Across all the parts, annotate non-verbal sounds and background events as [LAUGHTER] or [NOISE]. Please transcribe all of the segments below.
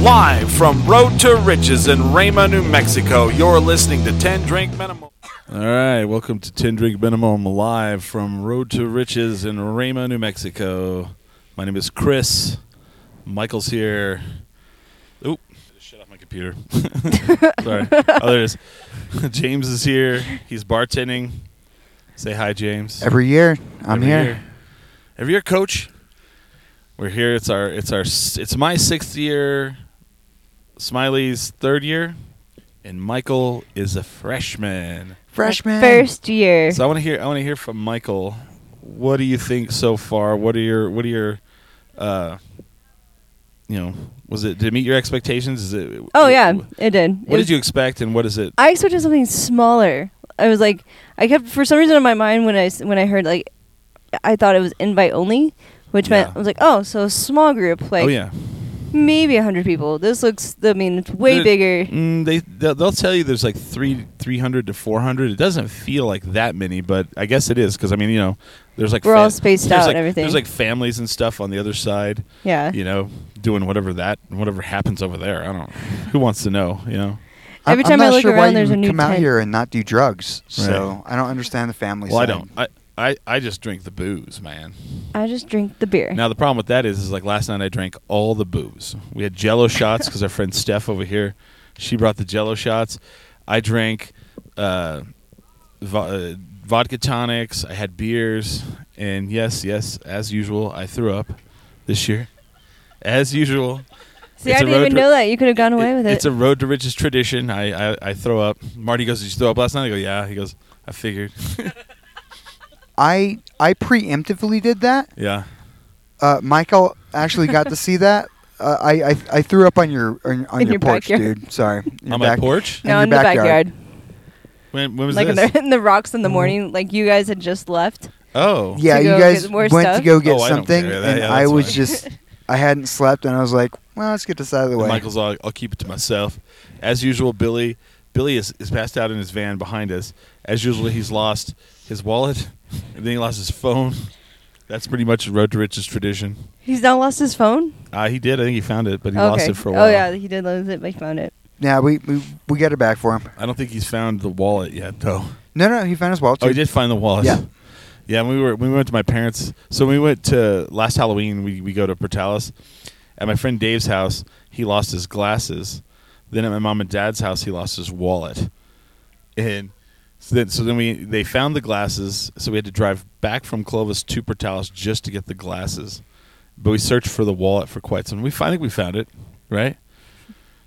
Live from Road to Riches in Rama, New Mexico, you're listening to 10 Drink Minimum. All right, welcome to 10 Drink Minimum live from Road to Riches in Rama, New Mexico. My name is Chris. Michael's here. Oop, I just shut off my computer. [LAUGHS] Sorry. Oh, there it is. [LAUGHS] James is here. He's bartending. Say hi, James. Every year, I'm Every here. year. Every year, coach. We're here. It's our it's our s- it's my sixth year, Smiley's third year, and Michael is a freshman. Freshman. First year. So I want to hear I want to hear from Michael. What do you think so far? What are your what are your uh you know, was it did it meet your expectations? Is it oh yeah, it did. What It- did you expect and what is it? I expected something smaller. I was like, I kept for some reason in my mind when I s- when I heard like, I thought it was invite only, which meant Yeah. I was like, oh, so a small group, like oh yeah. maybe hundred people. This looks, I mean, it's way There- bigger. Mm, they they'll they'll tell you there's like three three hundred to four hundred. It doesn't feel like that many, but I guess it is because I mean you know there's like We're all spaced there's out like- and everything. There's like families and stuff on the other side, Yeah. you know, doing whatever that whatever happens over there. I don't. Who wants to know? You know. I'm- Every I'm time I not look sure why around, there's you a new come out tent. here and not do drugs. So I don't understand the family. Well, I side. don't. I, I I just drink the booze, man. I just drink the beer. Now the problem with that is, is like last night I drank all the booze. We had Jello [LAUGHS] shots because our friend Steph over here, she brought the Jello shots. I drank uh, vo- uh, vodka tonics. I had beers, and yes, yes, as usual, I threw up this year, as usual. See, it's I a didn't road even tri- know that you could have gone away with it. It's a road to riches tradition. I, I I throw up. Marty goes, "Did you throw up last night?" I go, "Yeah." He goes, "I figured." [LAUGHS] I I preemptively did that. yeah. Uh, Michael actually got to see that. Uh, I, I I threw up on your on, on In your, your porch, backyard. dude. Sorry. Your On my back- porch. in no, your in the backyard. backyard, When, when was like in this? Mm-hmm. the, in the rocks in the morning. Like you guys had just left. [LAUGHS] oh. Yeah, To you go guys get more went stuff? to go get Oh, I don't something, care. That- and yeah, I that's was fine. just I hadn't slept, and I was like, well, let's get this out of the And way. Michael's all, I'll keep it to myself. As usual, Billy Billy is, is passed out in his van behind us. As usual, he's lost his wallet, [LAUGHS] and then he lost his phone. That's pretty much road to riches tradition. He's now lost his phone. Uh, he did. I think he found it, but he okay. lost it for a while. Oh yeah, he did lose it, but he found it. Yeah, we, we we got it back for him. I don't think he's found the wallet yet, though. No, no, he found his wallet. Oh, he too. did find the wallet. Yeah. Yeah, we were we went to my parents. So we went to last Halloween. We we go to Portales, at my friend Dave's house. He lost his glasses. Then at my mom and dad's house, he lost his wallet. And so then so then we they found the glasses. So we had to drive back from Clovis to Portales just to get the glasses. But we searched for the wallet for quite some. We finally we found it, right?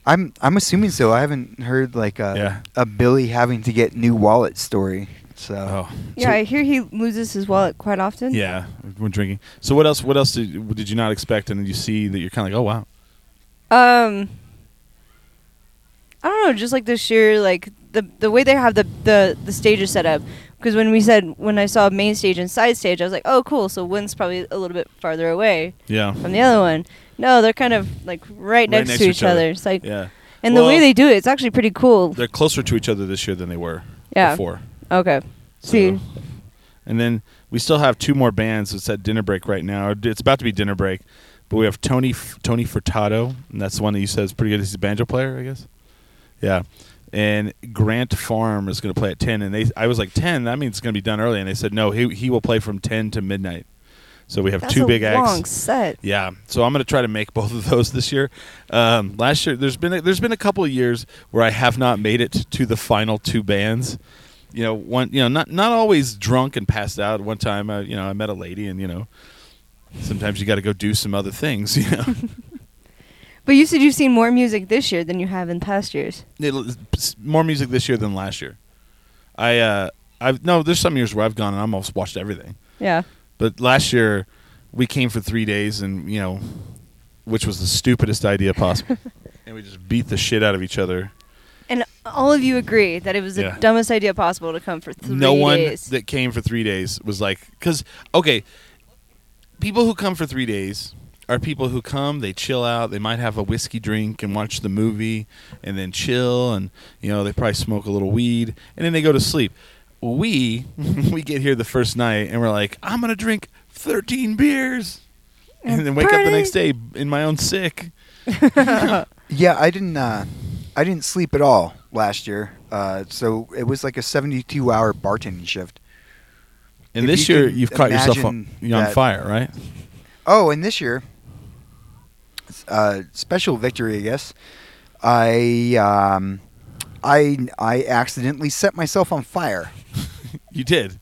I'm I'm assuming so. I haven't heard like a Yeah. a Billy having to get new wallet story. So Oh. Yeah, I hear he loses his wallet quite often. Yeah, we're drinking. So what else? What else did did you not expect? And you see that you're kind of like, oh wow, Um, I don't know, just like the sheer like the the way they have the the the stages set up. Because when we said when I saw main stage and side stage, I was like, oh cool, so one's probably a little bit farther away yeah. from the other one. No, they're kind of like right, next, to each other. It's like, yeah, and the Well- way they do it, it's actually pretty cool. they're closer to each other this year than they were Yeah. before. Okay. So- See, And then we still have two more bands. It's at dinner break right now. It's about to be dinner break, but we have Tony F- Tony Furtado, and that's the one that you said is pretty good. He's a banjo player, I guess. Yeah. And Grant Farm is going to play at ten, and they I was like ten. That means it's going to be done early, and they said no. He he will play from ten to midnight. So we have that's two a big acts. long set. Yeah, so I'm going to try to make [LAUGHS] both of those this year. Um, last year, there's been a, there's been a couple of years where I have not made it to the final two bands. You know, one you know not not always drunk and passed out. One time, I, you know, I met a lady, and you know, sometimes you got to go do some other things. [LAUGHS] You know, But you said you've seen more music this year than you have in past years. It'll- it's more music this year than last year. I uh, I've no, there's some years where I've gone and I'm almost watched everything. Yeah. But last year, we came for three days, and you know, which was the stupidest idea possible, and we just beat the shit out of each other. And all of you agree that it was Yeah. the dumbest idea possible to come for three no one days. that came for three days was like, because okay, people who come for three days are people who come, they chill out, they might have a whiskey drink and watch the movie, and then chill, and you know they probably smoke a little weed, [LAUGHS] and then they go to sleep. We we get here the first night and we're like, I'm gonna drink thirteen beers, and then wake up the Party. next day in my own [LAUGHS] sick. Yeah, I didn't. Uh, I didn't sleep at all last year. Uh, so it was like a 72 hour bartending shift. And If this you year, can you've caught yourself on, imagine you're on that- fire, right? Oh, and this year, uh, special victory, I guess. I um, I I accidentally set myself on fire. You did.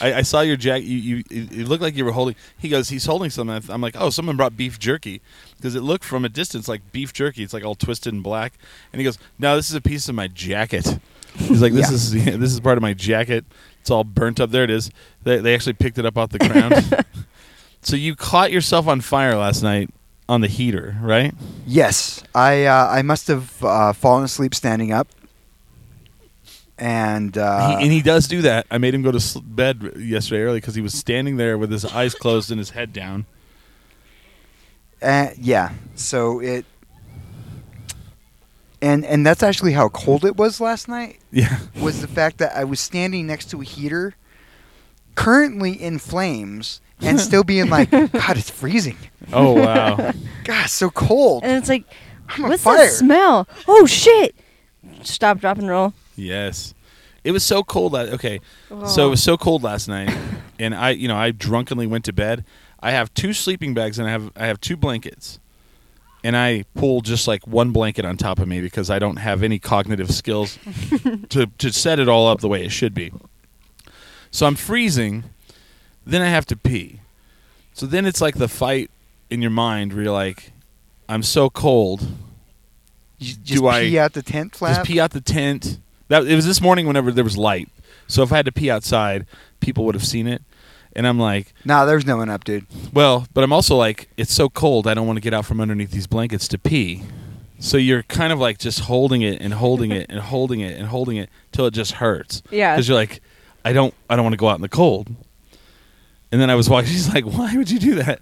I, I saw your jack. You, you it it looked like you were holding. He goes, he's holding something. I th- I'm like, oh, someone brought beef jerky because it looked from a distance like beef jerky. It's like all twisted and black. And he goes, no, this is a piece of my jacket. He's like, this Yeah. is [LAUGHS] yeah, this is part of my jacket. It's all burnt up. There it is. They, they actually picked it up off the [LAUGHS] ground. so you caught yourself on fire last night on the heater, right? Yes, I uh, I must have uh, fallen asleep standing up. And uh, he, and he does do that. I made him go to sl- bed yesterday early because he was standing there with his eyes closed and his head down. Uh, yeah. So it. And and that's actually how cold it was last night. Yeah. Was the fact that I was standing next to a heater, currently in flames, [LAUGHS] and still being like, God, it's freezing. Oh wow. God, it's so cold. And it's like, I'm on Uh, what's fire. that smell? Oh shit! Stop, drop, and roll. [LAUGHS] Yes. It was so cold. la- Okay. So it was so cold last [LAUGHS] night and I, you know, I drunkenly went to bed. I have two sleeping bags and I have I have two blankets. And I pull just like one blanket on top of me because I don't have any cognitive [LAUGHS] skills to to set it all up the way it should be. So I'm freezing, then I have to pee. So then it's like the fight in your mind where you're like I'm so cold. You just Do I- pee out the tent flap. Just pee out the tent. That it was this morning whenever there was light. So if I had to pee outside, people would have seen it. And I'm like, nah, there's no one up, dude. well, but I'm also like, it's so cold. I don't want to get out from underneath these blankets to pee. So you're kind of like just holding it and holding it and holding it and holding it till it just hurts. Yeah. Because you're like, I don't, I don't want to go out in the cold. And then I was walking. [LAUGHS] She's like, why would you do that?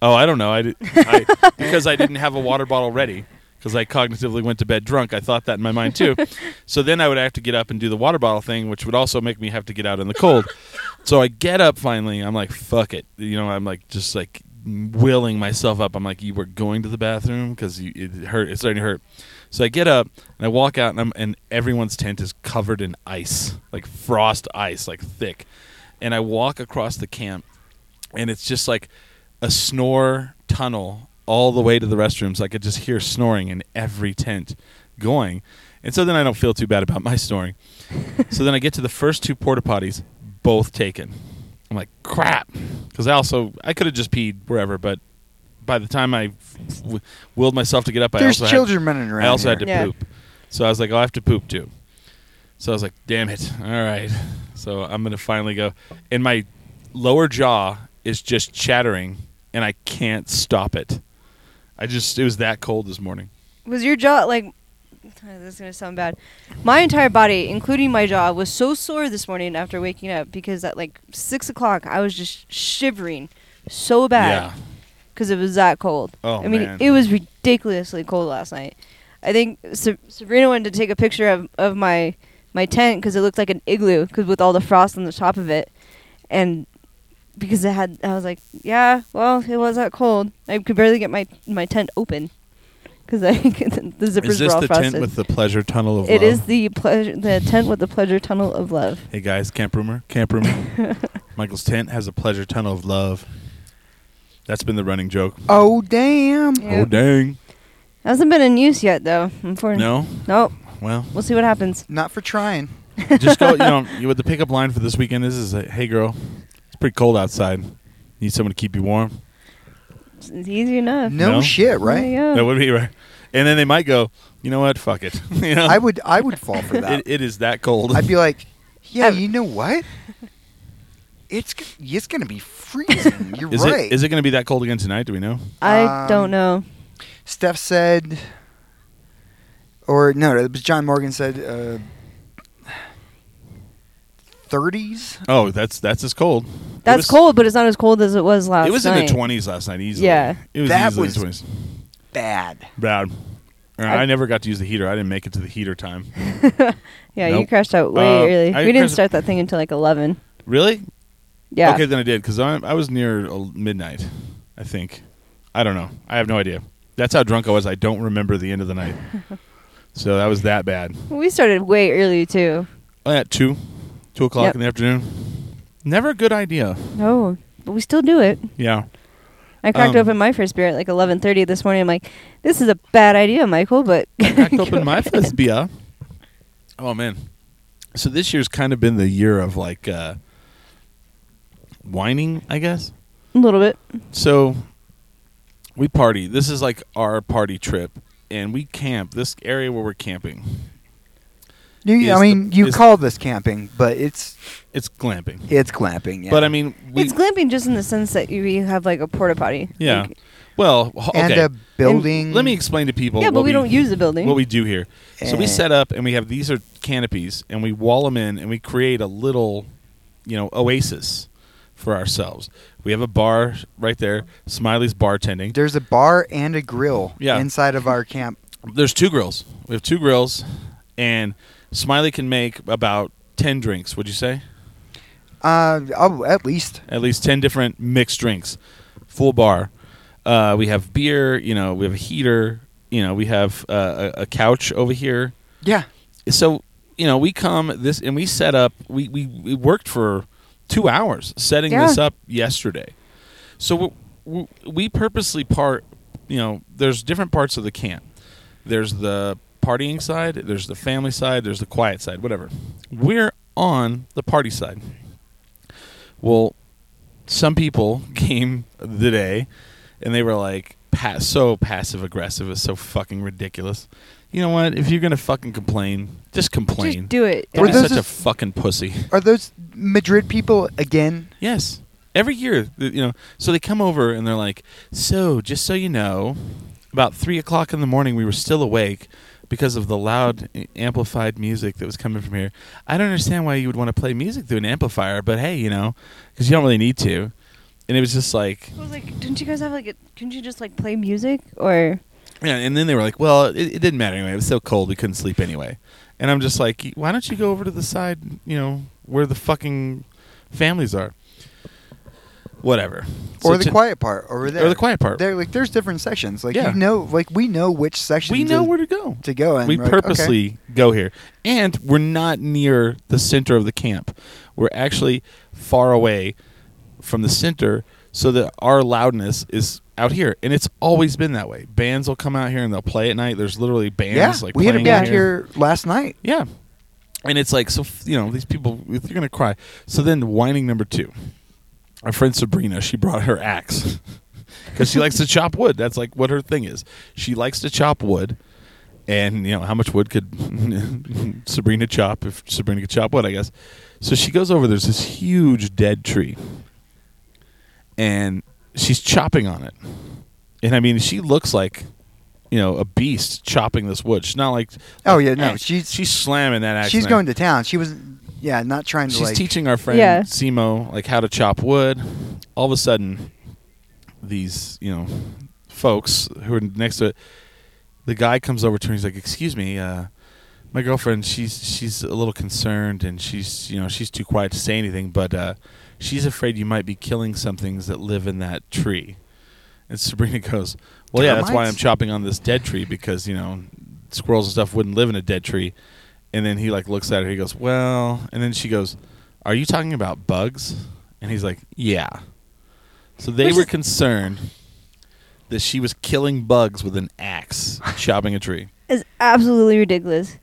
Oh, I don't know. I, did, I because I didn't have a water bottle ready because I cognitively went to bed drunk. I thought that in my mind too. so then I would have to get up and do the water bottle thing, which would also make me have to get out in the cold. so I get up finally. I'm like, fuck it. You know, I'm like just like willing myself up. I'm like, you were going to the bathroom because it hurt. It's starting to hurt. So I get up and I walk out and I'm and everyone's tent is covered in ice, like frost ice, like thick. And I walk across the camp and it's just like a snore tunnel all the way to the restrooms. I could just hear snoring in every tent going. And so then I don't feel too bad about my [LAUGHS] snoring. so then I get to the first two porta potties, both taken. I'm like, crap. Because I also, I could have just peed wherever, but by the time I w- willed myself to get up, I There's also had- children running around. I also had to here. Yeah. poop. So I was like, oh, I have to poop too. So I was like, damn it. All right. So I'm going to finally go. And my lower jaw is just chattering, and I can't stop it. I just, it was that cold this morning. Was your jaw like? This is gonna sound bad. My entire body, including my jaw, was so sore this morning after waking up because at like six o'clock I was just shivering so bad Yeah. because it was that cold. Oh, I mean, man. it was ridiculously cold last night. I think Sa- Sabrina wanted to take a picture of, of my my tent because it looked like an igloo because with all the frost on the top of it, and because it had, I was like, yeah, well, it was that cold. I could barely get my my tent open because I [LAUGHS] the zippers Is this were all the frosted. tent with the pleasure tunnel of it is the pleasure, the tent with the pleasure tunnel of love. hey, guys, camp roomer, camp roomer. [LAUGHS] Michael's tent has a pleasure tunnel of love. That's been the running joke. Oh damn! Yeah. Oh, dang. Hasn't been in use yet though. Unfortunately. No? Nope. Well, We'll see what happens. Not for trying. just [LAUGHS] go. You know, you- what the pickup line for this weekend is is like, "Hey, girl, it's pretty cold outside. Need someone to keep you warm." It's it's easy enough. No, No? shit, There right? you go. That would be right. And then they might go, "You know what? Fuck it." [LAUGHS] you know, I would I would fall for that. [LAUGHS] It, it is that cold. I'd be like, yeah, I've- you know what? It's g- it's gonna be [LAUGHS] freezing. [LAUGHS] You're is right. it is it going to be that cold again tonight? Do we know? I Um, don't know. Steph said, or no, it was John Morgan said, uh, 30s. Oh, that's that's as cold. It That's was- cold, but it's not as cold as it was last night. It was in the twenties last night. Easily. Yeah. It was That easily in the was- twenties. Bad. Bad. And I- I never got to use the heater. I didn't make it to the heater time. Yeah, you Nope. crashed out way Uh, early. I we didn't crashed- start that thing until like eleven. Really? Yeah. Okay, then I did because I, I was near uh, midnight, I think. I don't know. I have no idea. That's how drunk I was. I don't remember the end of the [LAUGHS] night. so that was that bad. We started way early too. Oh, At two, two o'clock Yep. in the afternoon. Never a good idea. No, but we still do it. Yeah. I cracked Um, open my first beer at like 11:30 this morning. I'm like, this is a bad idea, Michael. [LAUGHS] But Cracked open [LAUGHS] my first beer. Oh man. So this year's kind of been the year of like uh, whining, I guess. a little bit. So we party. This is like our party trip, and we camp. This area where we're camping, You, I Is mean, the- you is- call this camping, but it's it's glamping. it's glamping. Yeah. But I mean, we it's glamping just in the sense that you you have like a porta potty. yeah. Like- well, h- okay. and a building. Let me explain to people. yeah, but what we don't use the building. what we do here. So we Eh. set up and we have these are canopies and we wall them in and we create a little, you know, oasis for ourselves. We have a bar right there. Smiley's bartending. There's a bar and a grill Yeah. inside of our camp. There's two grills. We have two grills, and Smiley can make about ten drinks. Would you say? Uh, oh, at least at least 10 different mixed drinks full bar uh, we have beer you know we have a heater you know we have uh, a, a couch over here yeah. so you know we come this and we set up we we, we worked for two hours setting Yeah. this up yesterday so we, we purposely part you know there's different parts of the camp there's the partying side there's the family side there's the quiet side whatever we're on the party side well some people [LAUGHS] came the day and they were like pa- so passive aggressive is so fucking ridiculous you know what if you're gonna fucking complain just complain just do it. don't Were be those such a just- fucking pussy Are those Madrid people again? yes every year th- you know so they come over and they're like so just so you know about three o'clock in the morning we were still awake because of the loud a- amplified music that was coming from here i don't understand why you would want to play music through an amplifier but hey you know because you don't really need to and it was just like I was like, didn't you guys have like a? Couldn't you just like play music or? Yeah, and then they were like, "Well, it, it didn't matter anyway. It was so cold we couldn't sleep anyway." And I'm just like, "Why don't you go over to the side, you know, where the fucking families are?" Whatever. Or So the to- quiet part over there. the quiet part. There, like, there's different sections. Like, Yeah. you know, like we know which section. We know where to go. to go. And we we're like, okay. purposely go here, and we're not near the center of the camp. We're actually far away from the center, so that our loudness is out here, and it's always been that way. Bands will come out here and they'll play at night. There's literally bands Yeah, like we had a playing band out here last night. Yeah. And it's like, so, f- you know, these people, if you're going to cry. So then, whining number two. Our friend Sabrina, she brought her axe [LAUGHS] because she likes to chop wood. That's like what her thing is. She likes to chop wood. And, you know, how much wood could [LAUGHS] Sabrina chop if Sabrina could chop wood, I guess. So she goes over, there's this huge dead tree. And she's chopping on it. And I mean, she looks like, you know, a beast chopping this wood. She's not like. Oh, yeah, no, eh, she's- she's slamming that axe. She's now. going to town. She was, yeah, not trying to She's like. teaching our friend Yeah. Simo like how to chop wood. All of a sudden, these you know folks who are next to it, the guy comes over to her. and He's like, "Excuse me, uh, my girlfriend. She's she's a little concerned, and she's you know she's too quiet to say anything, but uh, she's afraid you might be killing some things that live in that tree." And Sabrina goes, "Well, yeah, that's why Termites? I'm chopping on this dead tree because you know squirrels and stuff wouldn't live in a dead tree." And then he like looks at her. He goes, "Well," and then she goes, "Are you talking about bugs?" And he's like, "Yeah." So they Which were is- concerned that she was killing bugs with an axe, chopping a tree. It's absolutely ridiculous.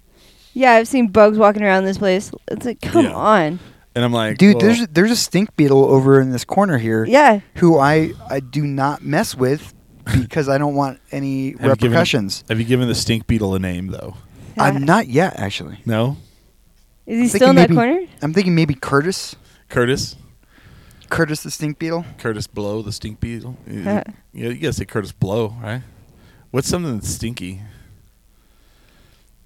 Yeah, I've seen bugs walking around this place. It's like, come Yeah. on. And I'm like, Dude, well, there's there's a stink beetle over in this corner here. Yeah. Who I I do not mess [LAUGHS] with because I don't want have any you given- repercussions. have you given the stink beetle a name though? I'm not yet actually. No, Is he I'm still in that thinking corner? maybe- I'm thinking maybe Curtis, Curtis, Curtis the stink beetle. Curtis Blow, the stink [LAUGHS] beetle. yeah, you gotta say Curtis Blow, right? What's something that's stinky?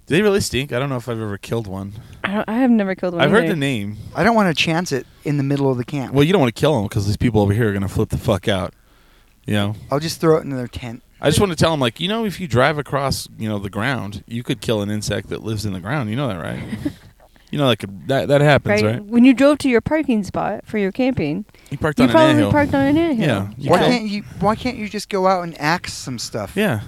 Do they really stink? I don't know if I've ever killed one. I, don't, I have never killed one. I've heard either. the name. I don't want to chance it in the middle of the camp. Well, you don't want to kill them because these people over here are gonna flip the fuck out. You know. I'll just throw it in their tent. I just want to tell them, like, you know, [LAUGHS] if you drive across, you know, the ground, you could kill an insect that lives in the ground. You know that, right? You know, like that that happens, right? right? When you drove to your parking spot for your camping, You parked you on an probably anthill. parked on an anthill. Yeah, you why could. can't you? Why can't you just go out and axe some stuff? yeah,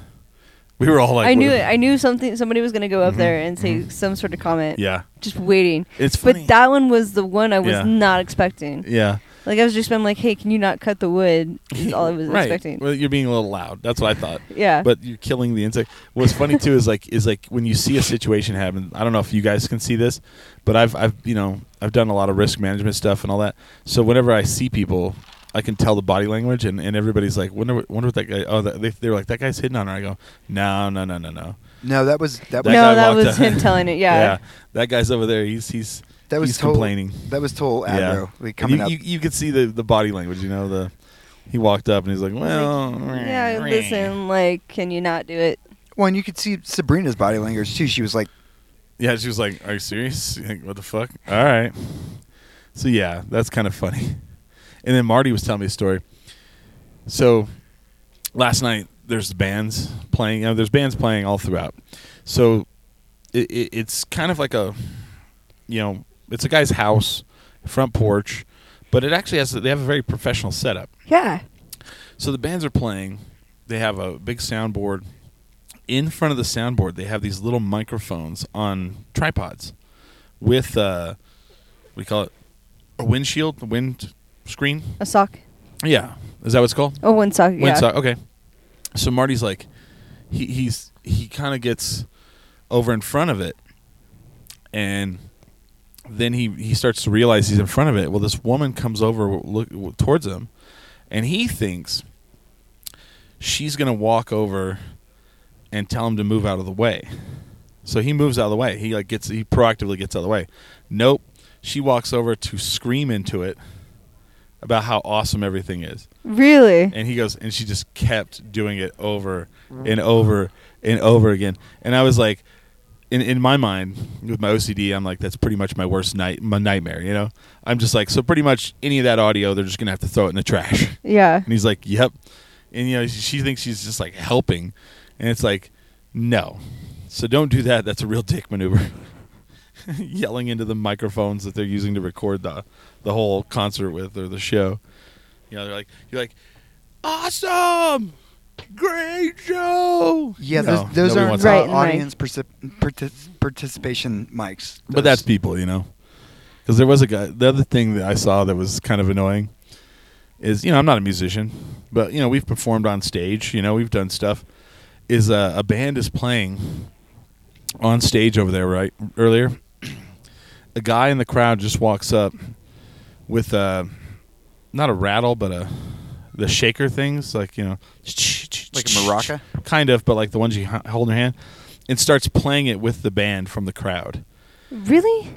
we were all like, I knew what- it. I knew something. Somebody was gonna go up Mhm, there and say mhm. some sort of comment. Yeah, Just waiting. it's funny. But that one was the one I was Yeah. not expecting. yeah, Like I was just been like, "Hey, can you not cut [LAUGHS] the wood?" Is all I was right. expecting. Well, you're being a little loud. That's what I thought. yeah. but you're killing the insect. What's funny too is like is like when you see a situation happen. I don't know if you guys can see this, but I've I've you know I've done a lot of risk management stuff and all that. So whenever I see people, I can tell the body language, and, and everybody's like, wonder what- wonder what that guy. Oh, that, they they're like that guy's hitting on her. I go, no, no, no, no, no. No, that was that, That was no, guy that walked was up- [LAUGHS] him telling it. Yeah. that guy's over there. He's he's that was he's total, complaining. That was total aggro. Like, And coming you, up. you you could see the the body language. You know the. He walked up and he's like, "Well, [LAUGHS] Yeah, listen, like, can you not do it? well, and you could see Sabrina's body language too. She was like, Yeah, she was like, "Are you serious? Like, what the fuck?" All right. So yeah, that's kind of funny. And then Marty was telling me a story. So last night there's bands playing. You know, there's bands playing all throughout. So it, it, it's kind of like a, you know, it's a guy's house, front porch, but it actually has they have a very professional setup. Yeah. So the bands are playing. They have a big soundboard. In front of the soundboard, they have these little microphones on tripods with uh, we call it a windshield, a wind screen. A sock. Yeah, is that what it's called? Oh, one sock. yeah. Wind sock. Okay. So Marty's like, he he's he kind of gets over in front of it, and then he he starts to realize he's in front of it. Well, this woman comes over look towards him, and he thinks she's gonna walk over and tell him to move out of the way. So he moves out of the way. He like gets he proactively gets out of the way. Nope. She walks over to scream into it about how awesome everything is. Really? And he goes, and she just kept doing it over and over and over again. And I was like, in, in my mind, with my OCD, I'm like, that's pretty much my worst night, my nightmare. You know, I'm just like, so pretty much any of that audio, they're just gonna have to throw it in the trash. Yeah. And he's like, yep. And you know, she she thinks she's just like helping, and it's like, no. So don't do that. That's a real dick maneuver. [LAUGHS] Yelling into the microphones that they're using to record the the whole concert with or the show. You know, they're like, you're like, awesome, great show. yeah, No, those, those nobody are wants Right that. and right. audience particip- partic- participation mics. But that's people, you know. Because there was a guy. The other thing that I saw that was kind of annoying is, you know, I'm not a musician, but you know, we've performed on stage. You know, we've done stuff. Is uh, a band is playing on stage over there, right? Earlier, [CLEARS THROAT] a guy in the crowd just walks up with a not a rattle, but a the shaker things, like you know, Like a maraca? kind of, but like the ones you h- hold in your hand, and starts playing it with the band from the crowd Really?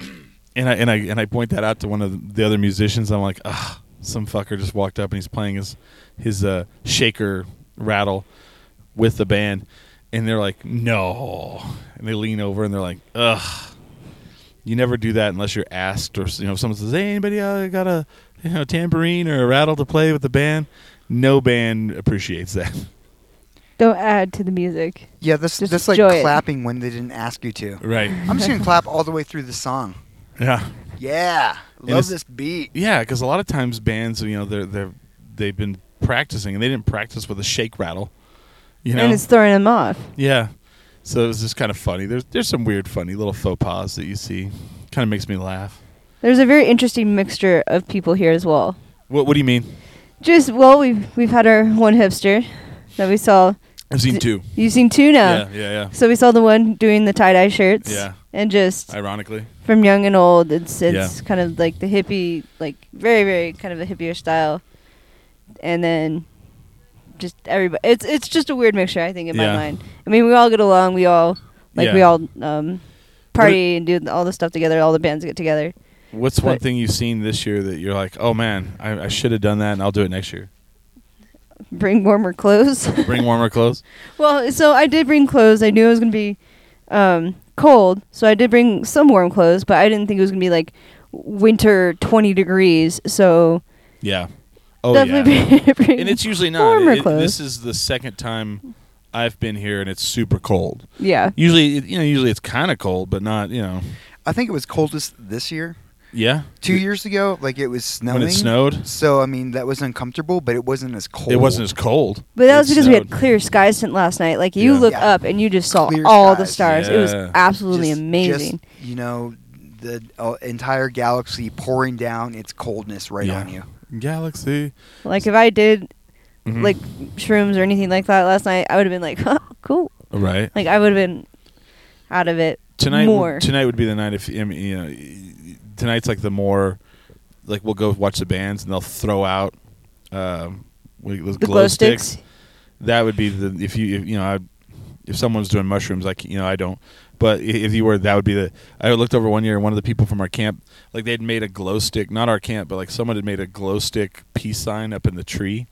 and I and I and I point that out to one of the other musicians. I'm like, ah, some fucker just walked up and he's playing his his uh, shaker rattle with the band, and they're like, no, and they lean over and they're like, ugh, you never do that unless you're asked or you know if someone says, hey, anybody uh, got a you know tambourine or a rattle to play with the band? No band appreciates that. Don't add to the music. yeah, that's Just that's like enjoy it. clapping when they didn't ask you to. Right. I'm just [LAUGHS] gonna clap all the way through the song. Yeah. Yeah, it's- love this beat. Yeah, because a lot of times bands, you know, they're they're they've been practicing and they didn't practice with a shake rattle, you know. And it's throwing him off. yeah, so it was just kind of funny. There's there's some weird, funny little faux pas that you see. Kind of makes me laugh. There's a very interesting mixture of people here as well. What What do you mean? Just well, we've we've had our one hipster that we saw. I've seen D- two. You've seen two now. Yeah, yeah, yeah. So we saw the one doing the tie dye shirts. Yeah. And just Ironically, from young and old, it's Yeah. it's kind of like the hippie, like very very kind of a hippier style, and then just everybody. It's it's just a weird mixture, I think, in Yeah. my mind. I mean, we all get along. We all like we Yeah. all um, party and do all the stuff together. All the bands get together. what's one But- thing you've seen this year that you're like, oh man, I, I should have done that, and I'll do it next year. Bring [LAUGHS] warmer clothes. Bring warmer clothes. Well, so I did bring clothes. I knew it was gonna be um, cold, so I did bring some warm clothes, but I didn't think it was gonna be like winter twenty degrees. So Yeah. Oh definitely yeah. bring- [LAUGHS] bring. and it's usually not. warmer It- clothes. this is the second time I've been here, and it's super cold. yeah. Usually, it- you know, usually it's kind of cold, but not, you know. I think it was coldest this year. Yeah. Two years ago, like it was snowing. When it snowed, So I mean, that was uncomfortable, but it wasn't as cold. it wasn't as cold. But that It was because we had snowed. clear skies since last night. Like you Yeah. look Yeah. up and you just saw Clear all the skies. stars. It was Yeah. absolutely Just- amazing. Just, you know, the uh, entire galaxy pouring down its coldness right Yeah. on you. Galaxy. like if I did Mhm. like shrooms or anything like that last night, I would have been like, huh, cool. right. Like I would have been out of it tonight more. would- tonight would be the night if I mean, you know tonight's like the more like we'll go watch the bands and they'll throw out um what- those the glow, sticks. that would be the if you if, you know I, if someone's doing mushrooms like you know I don't but i- if you were that would be the I looked over one year and one of the people from our camp like they'd made a glow stick not our camp but like someone had made a glow stick peace sign up in the tree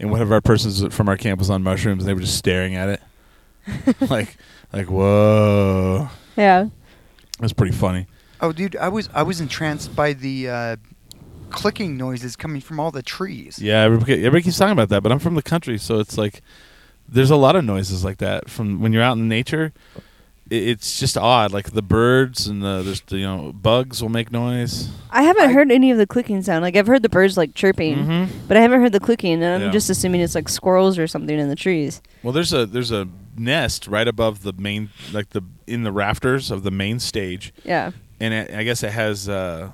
and one of our persons from our camp was on mushrooms and they were just staring at it like like whoa Yeah. that's pretty funny Oh, dude, I was I was entranced by the uh, clicking noises coming from all the trees. Yeah, everybody, everybody keeps talking about that, but I'm from the country, so it's like there's a lot of noises like that from when you're out in nature. It, it's just odd, like the birds and the there's the, you know bugs will make noise. I haven't I- heard any of the clicking sound. Like I've heard the birds like chirping, Mhm. but I haven't heard the clicking, and I'm Yeah. just assuming it's like squirrels or something in the trees. Well, there's a there's a nest right above the main like the in the rafters of the main stage, Yeah. and it, I guess it has uh,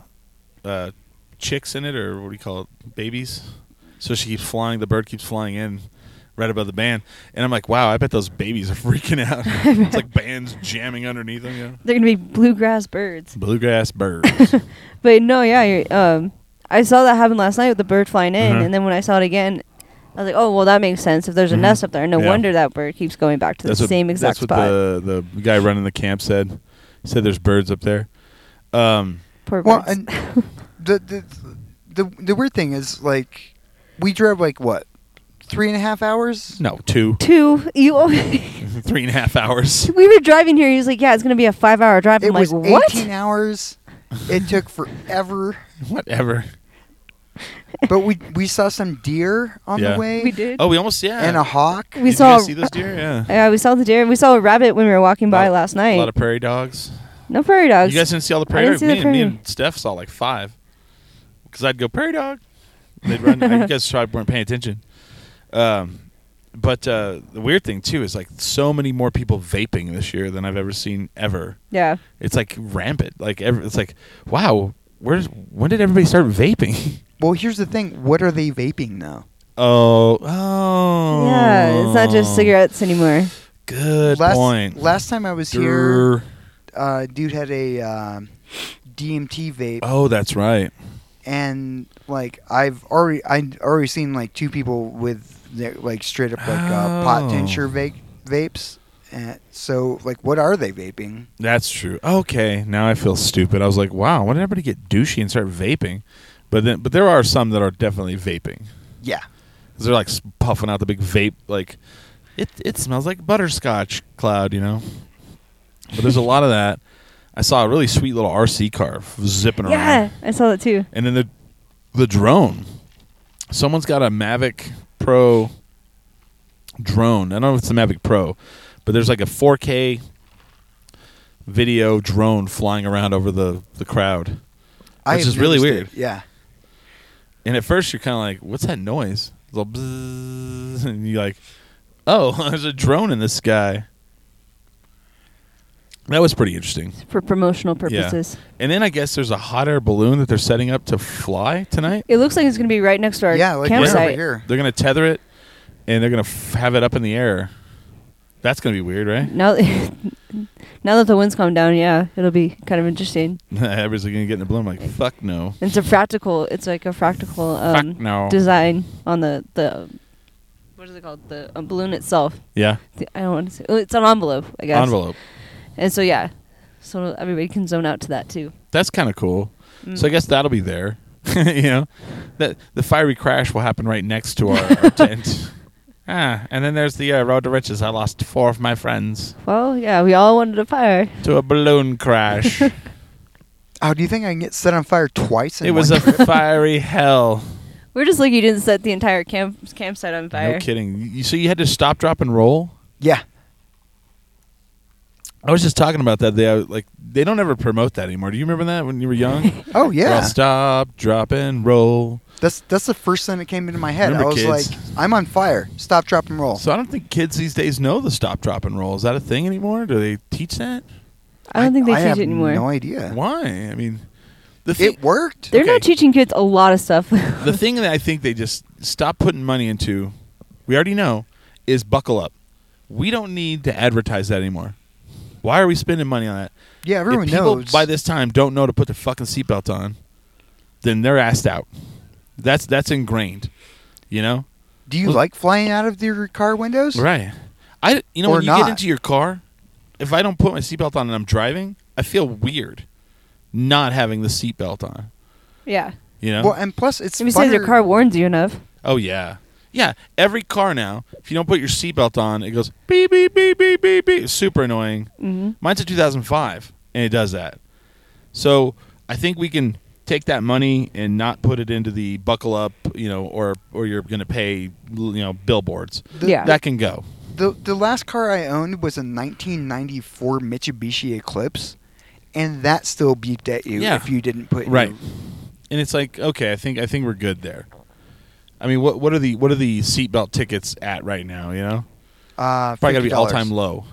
uh, chicks in it or what do you call it, babies. So she keeps flying. The bird keeps flying in, right above the band, and I'm like, wow, I bet those babies are [LAUGHS] freaking [LAUGHS] out. it's like bands jamming underneath them. You know? They're gonna be bluegrass birds. Bluegrass [LAUGHS] birds. But no, yeah, you're, um, I saw that happen last night with the bird flying in, Mhm. and then when I saw it again, I was like, oh well, that makes sense. If there's a Mhm. nest up there, no Yeah. wonder that bird keeps going back to the same that's exact what spot. the the guy running the camp said. He said there's birds up there. Um, Poor Well, birds. and the, the the the weird thing is like we drove like what three and a half hours. no, two, [LAUGHS] [LAUGHS] Two, you. always- three and a half hours. [LAUGHS] [LAUGHS] we were driving here. He was like, "Yeah, it's gonna be a five-hour drive." It I'm was like, "What?" eighteen hours. It took [LAUGHS] forever, Whatever. but we we saw some deer on Yeah. the way. We did. Uh, Oh, we almost yeah. and a hawk. We Did saw. you guys see those deer? Yeah. Yeah, we saw the deer. We saw a rabbit when we were walking by Lot- last A night. lot of prairie dogs. no prairie dogs. You guys didn't see all the I prairie dogs. didn't see Me, the and- me prairie. and Steph saw like five. Because I'd go prairie dog. They'd run. you [LAUGHS] guys probably weren't paying attention. Um, but uh, the weird thing too is like so many more people vaping this year than I've ever seen ever. yeah, It's like rampant. Like every, it's like wow. Where's when did everybody start vaping? [LAUGHS] Well, here's the thing. What are they vaping though? oh, oh. yeah. It's not just cigarettes anymore. Good last, point. Last time I was here, Grr. uh, dude had a um DMT vape, Oh, that's right. and like I've already I already seen like two people with their, like straight up like uh, pot Oh. tincture va- vapes. And so like, what are they vaping? That's true. Okay, now I feel stupid. I was like, wow, why did everybody get douchey and start vaping? But then, but there are some that are definitely vaping. Yeah, 'Cause They're like s- puffing out the big vape. Like it, it smells like butterscotch cloud, you know. But there's a lot of that. I saw a really sweet little RC car f- zipping [LAUGHS] Yeah, around, I saw that too. and then the the drone. Someone's got a Mavic Pro drone. I don't know if it's the Mavic Pro, but there's like a 4K video drone flying around over the, the crowd. I Which have is really noticed weird. it. Yeah, And at first you're kind of like, what's that noise? It's all bzzz, [LAUGHS] and you're like, oh, [LAUGHS] there's a drone in the sky. That was pretty interesting. For promotional Yeah. purposes, And then I guess there's a hot air balloon that they're setting up to fly tonight. it looks like it's gonna be right next to our yeah, like right over campsite. here. They're going to tether it and they're going to f- have it up in the air. That's going to be weird, right? Now, [LAUGHS] now that the winds calm down, yeah, it'll be kind of interesting. [LAUGHS] Everybody's going to get in the balloon. I'm like, fuck no. It's a practical. It's like a practical um, fuck no. design on the the what is it called? The uh, balloon itself. yeah. The- I don't want to say. oh, It's an envelope, I guess. Envelope. And so yeah, so everybody can zone out to that too. That's kind of cool. Mm. So I guess that'll be there. [LAUGHS] you know, that the fiery crash will happen right next to our, [LAUGHS] our tent. Ah, and then there's the uh, road to riches. I lost four of my friends Mm. Well, yeah, we all wanted a fire. to a balloon [LAUGHS] crash. Oh, do you think I can get set on fire twice? In it was one a [LAUGHS] fiery hell. We're just lucky you didn't set the entire camp campsite on fire. No kidding. You, so you had to stop, drop, and roll. yeah. I was just talking about that. They uh, like they don't ever promote that anymore. Do you remember that when you were young? Oh They're all [LAUGHS] yeah, stop, drop, and roll. that's that's the first thing that came into my head. Remember I was kids. like, I'm on fire. Stop, drop, and roll. So I don't think kids these days know the stop, drop, and roll. Is that a thing anymore? Do they teach that? I don't think they I teach have it anymore. No idea. Why? I mean, the thi- It worked. They're not Okay. teaching kids a lot of stuff. [LAUGHS] the thing that I think they just stop putting money into, we already know, is buckle up. We don't need to advertise that anymore. Why are we spending money on that? Yeah, everyone if people knows. by this time don't know to put their fucking seatbelt on, then they're assed out. That's that's ingrained, you know. Do you Well- like flying out of your car windows? Right. I you know Or when you not. get into your car, if I don't put my seatbelt on and I'm driving, I feel weird not having the seatbelt on. yeah. You know. Well, and plus it's Maybe says your funner- car warns you enough. Oh yeah, yeah. Every car now, if you don't put your seatbelt on, it goes beep beep beep beep beep beep. It's Super annoying. hmm Mine's a 2005, and it does that. So I think we can take that money and not put it into the buckle up, you know, or or you're going to pay, you know, billboards. The- Yeah. That can go. The the last car I owned was a 1994 Mitsubishi Eclipse, and that still beeped at you Yeah. if you didn't put your- Right. And it's like, okay, I think I think we're good there. I mean, what what are the what are the seatbelt tickets at right now? You know, uh, probably got to be all $50. time low.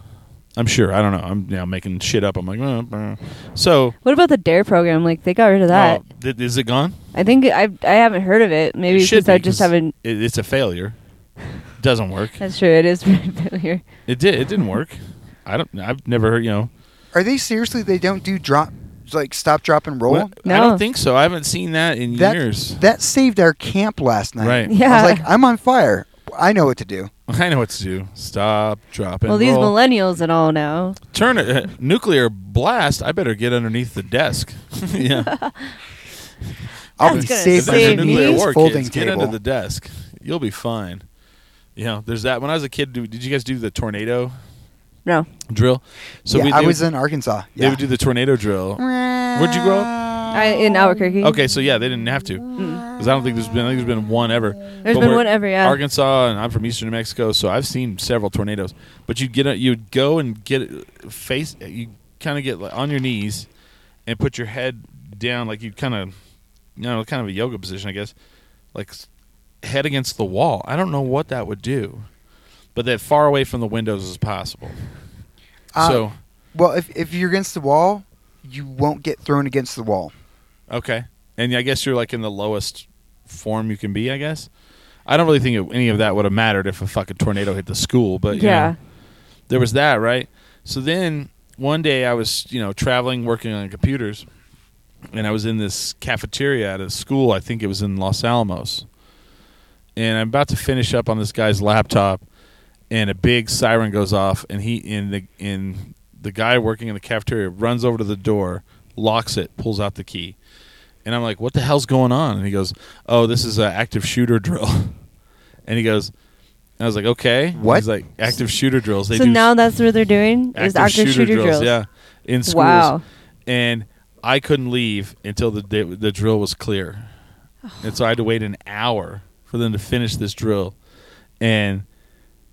I'm sure. I don't know. I'm now making shit up. I'm like, uh, uh. so What about the Dare program? Like they got rid of that. Oh, th- is it gone? I think I I haven't heard of it. Maybe It should because I be, just 'cause haven't. It, it's a failure. Doesn't [LAUGHS] work. That's true. It is pretty familiar. It did. It didn't work. I don't. I've never heard. You know. Are they seriously? They don't do drop like stop, drop, and roll. What- I don't No. think so. I haven't seen that in That years. [LAUGHS] that saved our camp last night. Right. Yeah. I was like, I'm on fire. I know what to do. I know what to do. Stop. Drop and Well, these roll. millennials and all now. Turn it. uh, nuclear blast. I better get underneath the desk. [LAUGHS] yeah. I'll That's be gonna safe If there's a save underneath nuclear me. this war, folding kids, get table. under the desk. You'll be fine. You know, there's that. When I was a kid, do, did you guys do the tornado No. drill? yeah, I they was would- in Arkansas. They Yeah. would do the tornado drill. Where'd you grow up? I, in Albuquerque. Um, Mm. Okay, so yeah, they didn't have to. Because I don't think there's been, I think there's been one ever. There's been one ever, yeah. Arkansas, and I'm from eastern New Mexico, so I've seen several tornadoes. But you'd get, a, you'd go and get a- face, you kind of get like on your knees and put your head down, like you kind of, you know, kind of a yoga position, I guess, like s- head against the wall. I don't know what that would do, but that far away from the windows as possible. Uh, so Well, if if you're against the wall, you won't get thrown against the wall. Okay. And I guess you're like in the lowest form you can be, I guess. I don't really think it, any of that would have mattered if a fucking tornado hit the school, but yeah. Yeah. there was that, right? So then one day I was, you know, traveling, working on computers, and I was in this cafeteria at a school. I think it was in Los Alamos. And I'm about to finish up on this guy's laptop, and a big siren goes off, and he in the in the guy working in the cafeteria runs over to the door, locks it, pulls out the key, and I'm like, "What the hell's going on?" And he goes, "Oh, this is an active shooter drill," [LAUGHS] and he goes, "I was like, okay." What? He's like, "Active shooter drills." They so do now that's what they're doing is active shooter, drills. Yeah, in schools. Wow. And I couldn't leave until the the, the drill was clear, and so I had to wait an hour for them to finish this drill, and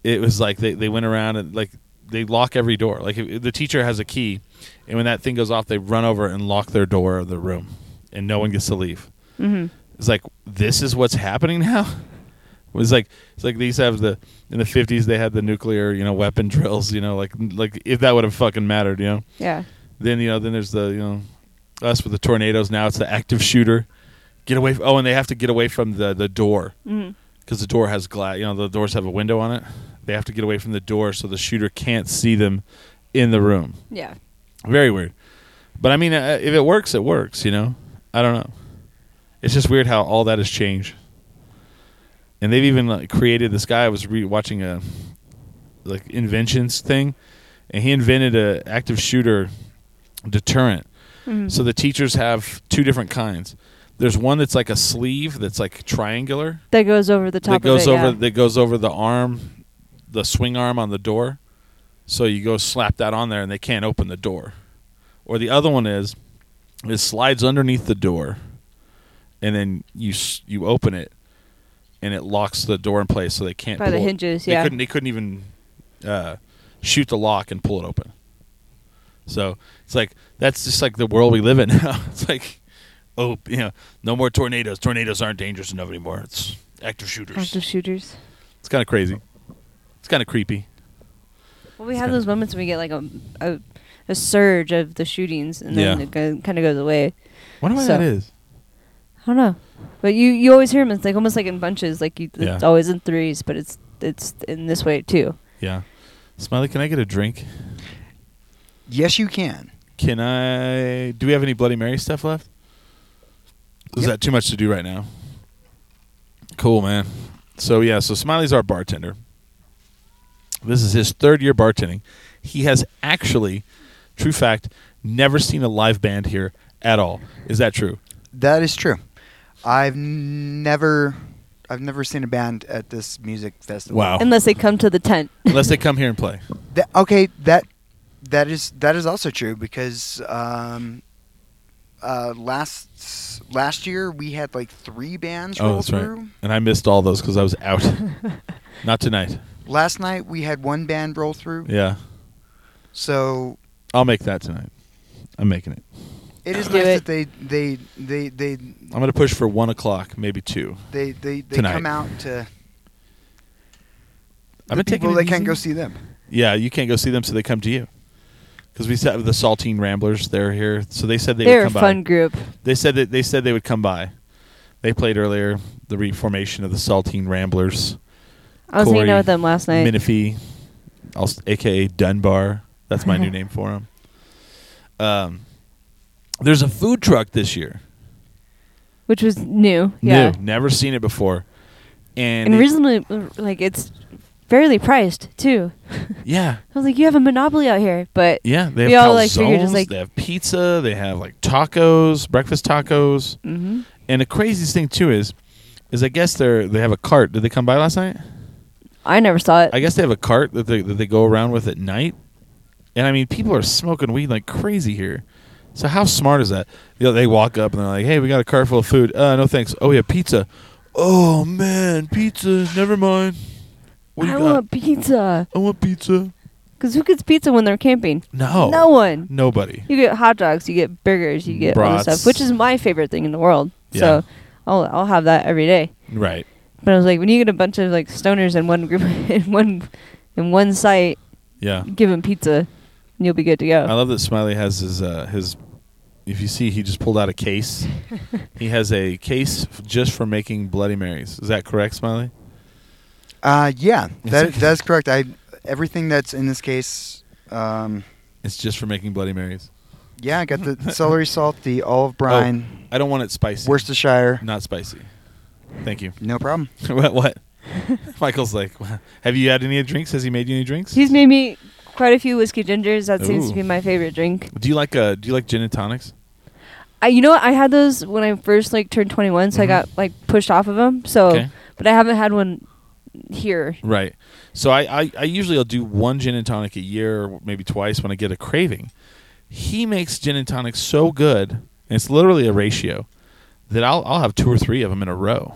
it was like they, they went around and like they lock every door. Like if, the teacher has a key, and when that thing goes off, they run over and lock their door of the room, and no one gets to leave. hmm It's like this is what's happening [LAUGHS] now. It was like it's like these have the in the fifties they had the nuclear you know weapon [LAUGHS] drills you know like like if that would have fucking mattered you know Yeah. then you know then there's the you know us with the tornadoes now it's the active shooter get away f oh and they have to get away from the the door hmm because the door has glass you know the doors have a window on it they have to get away from the door so the shooter can't see them in the room Yeah. very weird. But I mean, uh, if it works, it works. You know, I don't know. It's just weird how all that has changed. And they've even like, created this guy. I was re- watching a like inventions thing, and he invented a active shooter deterrent. Mhm. So the teachers have two different kinds. There's one that's like a sleeve that's like triangular That goes over the top. that goes of it, over yeah. that goes over the arm, the swing arm on the door. So you go slap that on there, and they can't open the door. Or the other one is, it slides underneath the door, and then you s- you open it, and it locks the door in place, so they can't By the pull it. hinges, They yeah. couldn't. They couldn't even uh, shoot the lock and pull it open. So it's like that's just like the world we live in [LAUGHS] now. It's like, oh, you know, no more tornadoes. Tornadoes aren't dangerous enough anymore. It's active shooters. Active shooters. It's kind of crazy. It's kind of creepy. Well, we It's have kinda- those moments when we get like a a, a surge of the shootings, and then Yeah. it go, kind of goes away. Wonder why So- that is. I don't know, but you you always hear them. It's like almost like in bunches. Like you, it's Yeah. always in threes, but it's it's in this way too. Yeah. Smiley, can I get a drink? Yes, you can. Can I? Do we have any Bloody Mary stuff left? Is Yep. that too much to do right now? Cool, man. So yeah, so Smiley's our bartender. This is his third year bartending. He has actually, true fact, never seen a live band here at all. Is that true? That is true. I've never, I've never seen a band at this music festival. Wow. Unless they come to the tent. Unless they come here and play. Th- okay, that that is that is also true because um, uh, last last year we had like three bands roll Oh, that's through. right. And I missed all those because I was out. Not tonight. Last night we had one band roll through. Yeah, So I'll make that tonight. I'm making it. it is Do nice that it. they they they they I'm gonna push for one o'clock, maybe two. they they, they Tonight. come out to I've the been taking people it that can't easy. go see them. Yeah, you can't go see them, so they come to you. Because we said the Saltine Ramblers, they're here, so they said they They're would a come fun by. group. They said that they said they would come by. They played earlier the reformation of the Saltine Ramblers. I was hanging Corey, out with them last night. Minifee, als- aka Dunbar. That's my [LAUGHS] new name for him. Um, there's a food truck this year. which was new. Yeah, New, never seen it before. And, and it- reasonably like it's fairly priced too. [LAUGHS] yeah, I was like, you have a monopoly out here, but yeah, they have We all, like, figured calzones, just, like- they have pizza, they have like tacos, breakfast tacos. Mhm. And the craziest thing too is, is I guess they're they have a cart. Did they come by last night? I never saw it. I guess they have a cart that they that they go around with at night. And I mean, people are smoking weed like crazy here. So how smart is that? You know, they walk up and they're like, "Hey, we got a cart full of food. Uh, no thanks. Oh, we have pizza. Oh man, pizza. Never mind. What do you I got? Oh, want pizza. I want pizza. Because who gets pizza when they're camping? No. No one. Nobody. You get hot dogs, you get burgers, you get all this Brats. stuff, which is my favorite thing in the world. Yeah. So I'll I'll have that every day. Right. But I was like, when you get a bunch of like stoners in one group [LAUGHS] in one in one site, Yeah. give them pizza, and you'll be good to go. I love that Smiley has his uh, his. If you see, he just pulled out a case. he has a case f- just for making Bloody Marys. Is that correct, Smiley? Uh, yeah, that Yes. that's correct. I everything that's in this case. Um, It's just for making Bloody Marys. Oh, yeah, I [LAUGHS] got the celery salt, the olive brine, I don't want it spicy. Worcestershire. Not spicy. Thank you. No problem. [LAUGHS] what? What? Michael's like, have you had any drinks? Has he made you any drinks? [LAUGHS] He's made me quite a few whiskey gingers. That seems to Ooh. be my favorite drink. do you like uh Do you like gin and tonics? I, you know what? I had those when I first like turned 21, so I Mhm. got like pushed off of them. So, Okay. but I haven't had one here. Right. So I, I, I usually I'll do one gin and tonic a year, or maybe twice when I get a craving. He makes gin and tonic so good, and it's literally a ratio that I'll I'll have two or three of them in a row.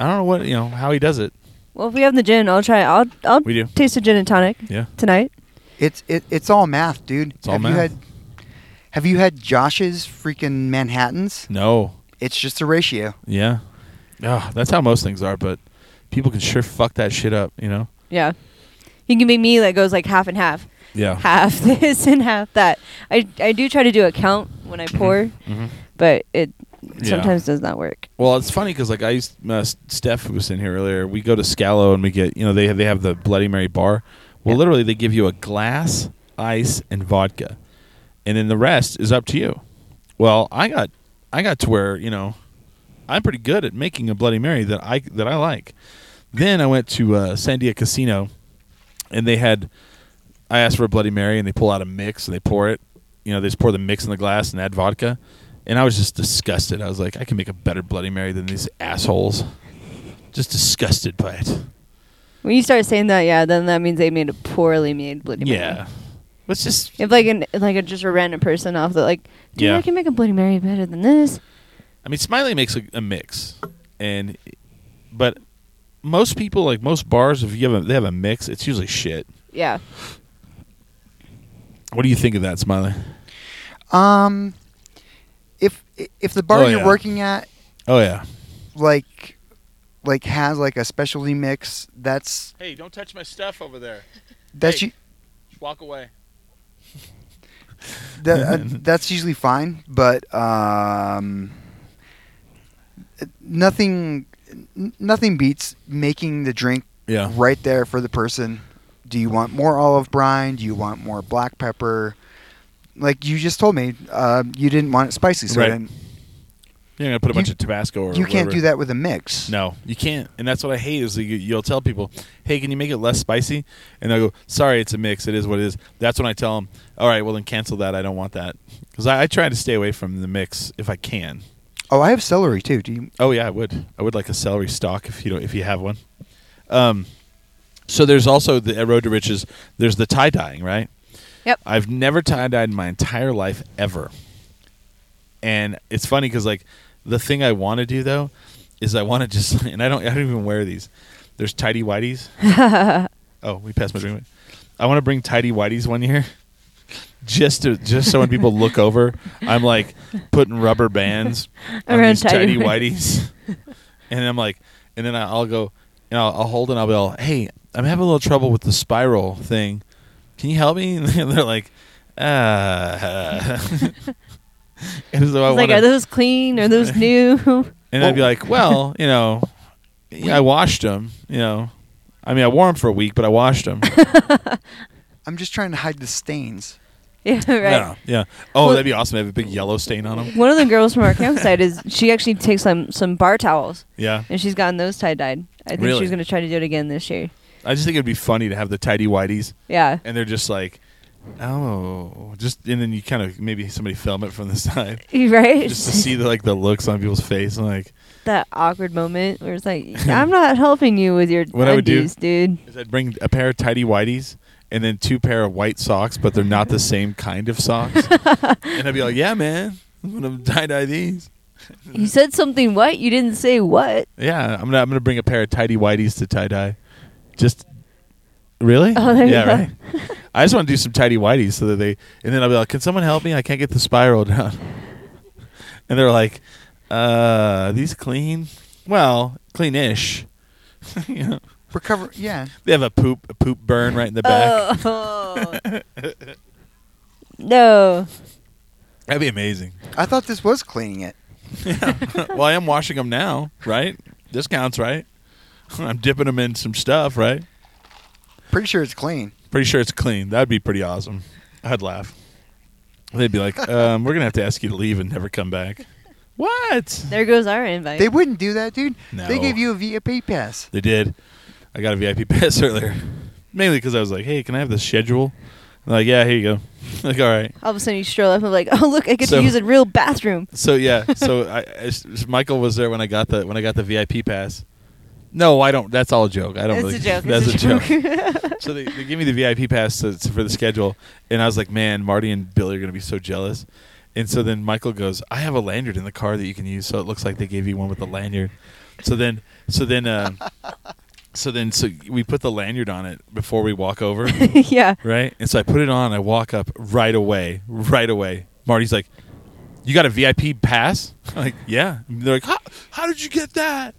I don't know what you know how he does it. Well, if we have the gin, I'll try. I'll I'll We do. taste a gin and tonic Yeah. tonight. It's it, it's all math, dude. It's all have math. You had, have you had Josh's freaking Manhattans? No. It's just a ratio. Yeah. Ah, that's how most things are, but people can sure fuck that shit up. You know. Yeah, you can make me that goes like half and half, Yeah. half [LAUGHS] this and half that. I I do try to do a count when I pour, Mhm. but it Yeah. sometimes does not work. Well, it's funny because like I used uh, S- Steph who was in here earlier. We go to Scalo and we get you know they have, they have the Bloody Mary bar. Well, literally they give you a glass, ice, and vodka, and then the rest is up to you. Well, I got I got to where you know I'm pretty good at making a Bloody Mary that I that I like. Then I went to uh, Sandia Casino, and they had I asked for a Bloody Mary, and they pull out a mix and they pour it. You know, they just pour the mix in the glass and add vodka. And I was just disgusted. I was like, I can make a better Bloody Mary than these assholes. Just disgusted by it. When you start saying that, yeah, then that means they made a poorly made Bloody Mary. Yeah, it's just If like an like a, just a random person off the like, dude, Yeah. I can make a Bloody Mary better than this. I mean, Smiley makes a, a mix, and but most people like most bars, if you have a, they have a mix, it's usually shit. Yeah. What do you think of that, Smiley? Um, if if the bar Oh, you're yeah. working at Oh yeah. like like has like a specialty mix, that's Hey, don't touch my stuff over there. that's Hey. u- Walk away. [LAUGHS] that, [LAUGHS] uh, that's usually fine, but um, nothing n- nothing beats making the drink Yeah. right there for the person. Do you want more olive brine? Do you want more black pepper? Like you just told me, uh, you didn't want it spicy, so Right. then You're gonna put a You- bunch of Tabasco or you can't whatever. do that with a mix. No, you can't. And that's what I hate is that you, you'll tell people, "Hey, can you make it less spicy?" And they'll go, "Sorry, it's a mix. It is what it is." That's when I tell them, "All right, well then cancel that. I don't want that." Because I, I try to stay away from the mix if I can. Oh, I have celery too. Do you? Oh yeah, I would. I would like a celery stalk if you don't, if you have one. Um, so there's also the at road to riches. There's the tie dyeing, right? Yep. I've never tie dyed in my entire life ever. And it's funny because like the thing I want to do though is I want to [LAUGHS] just and I don't I don't even wear these. There's tidy [LAUGHS] whities. oh, we passed my dream. I want to bring tidy whities one year. Just to just so when people look over, I'm like putting rubber [LAUGHS] bands on Around these tidy [LAUGHS] tidy whities, and I'm like, and then I- I'll go and I'll, I'll hold and I'll be all, hey, I'm having a little trouble with the spiral thing. Can you help me? [LAUGHS] And they're like, [LAUGHS] uh. and so I It's like, wanna- are those clean? [LAUGHS] Are those new? [LAUGHS] and I'd be like, well, you know, yeah, I washed them. You know, I mean, I wore them for a week, but I washed them. I'm just trying to hide the stains. yeah, [LAUGHS] right. Yeah, yeah. Oh, Well- that'd be awesome. to Have a big yellow stain on them. One of the girls from our campsite is she actually takes some some bar towels Yeah, and she's gotten those tie dyed. I think Really? she's gonna try to do it again this year. I just think it'd be funny to have the tidy whities, Yeah. [LAUGHS] and they're just like, oh, just and then you kind of maybe somebody film it from the [LAUGHS] side You Right? just to see the, like the looks on people's face and like. that awkward moment where it's [LAUGHS] like, I'm not helping you with your What I would do- undies, dude. is I'd bring a pair of tidy whities and then two pair of white socks, but they're [LAUGHS] not the same kind of socks. and I'd be like, "Yeah, man, I'm gonna tie dye these. You said something. What? You didn't say what? Yeah, I'm gonna I'm gonna bring a pair of tidy whities to tie dye. Just really? Oh, there you yeah, go. right. I just want to do some tidy whities so that they. And then I'll be like, "Can someone help me? I can't get the spiral [LAUGHS] down." and they're like, "Uh, are these clean? Well, cleanish." [LAUGHS] you know, Recover. Yeah. they have a poop a poop burn right in the back. Oh. [LAUGHS] no. That'd be amazing. I thought this was cleaning it. [LAUGHS] well, I am washing them now, right? This counts, right? [LAUGHS] I'm dipping them in some stuff, right? Pretty sure it's clean. Pretty sure it's clean. That'd be pretty awesome. I'd laugh. They'd be like, um, "We're gonna have to ask you to leave and never come back." What? There goes our invite. They wouldn't do that, dude. They No. gave you a VIP pass. They did. I got a VIP [LAUGHS] pass earlier, mainly because I was like, "Hey, can I have the schedule?" And like, yeah, here you go. [LAUGHS] like, all right. All of a sudden, you stroll up and like, oh look, I get So- to use a real bathroom. So yeah, so I, I- s- s- Michael was there when I got the when I got the VIP pass. No, I don't. That's all a joke. I don't It's really. a joke. That's it's a joke. [LAUGHS] so they, they gave me the VIP pass to, to- for the schedule, and I was like, man, Marty and Billy are gonna be so jealous. And so then Michael goes, I have a lanyard in the car that you can use, so it looks like they gave you one with a lanyard. So then, so then, [LAUGHS] um, so then, so we put the lanyard on it before we walk over, [LAUGHS] yeah. right? And so I put it on. I walk up right away, right away. Marty's like, "You got a VIP pass?" [LAUGHS] I'm like, yeah. And they're like, how, "How did you get that?"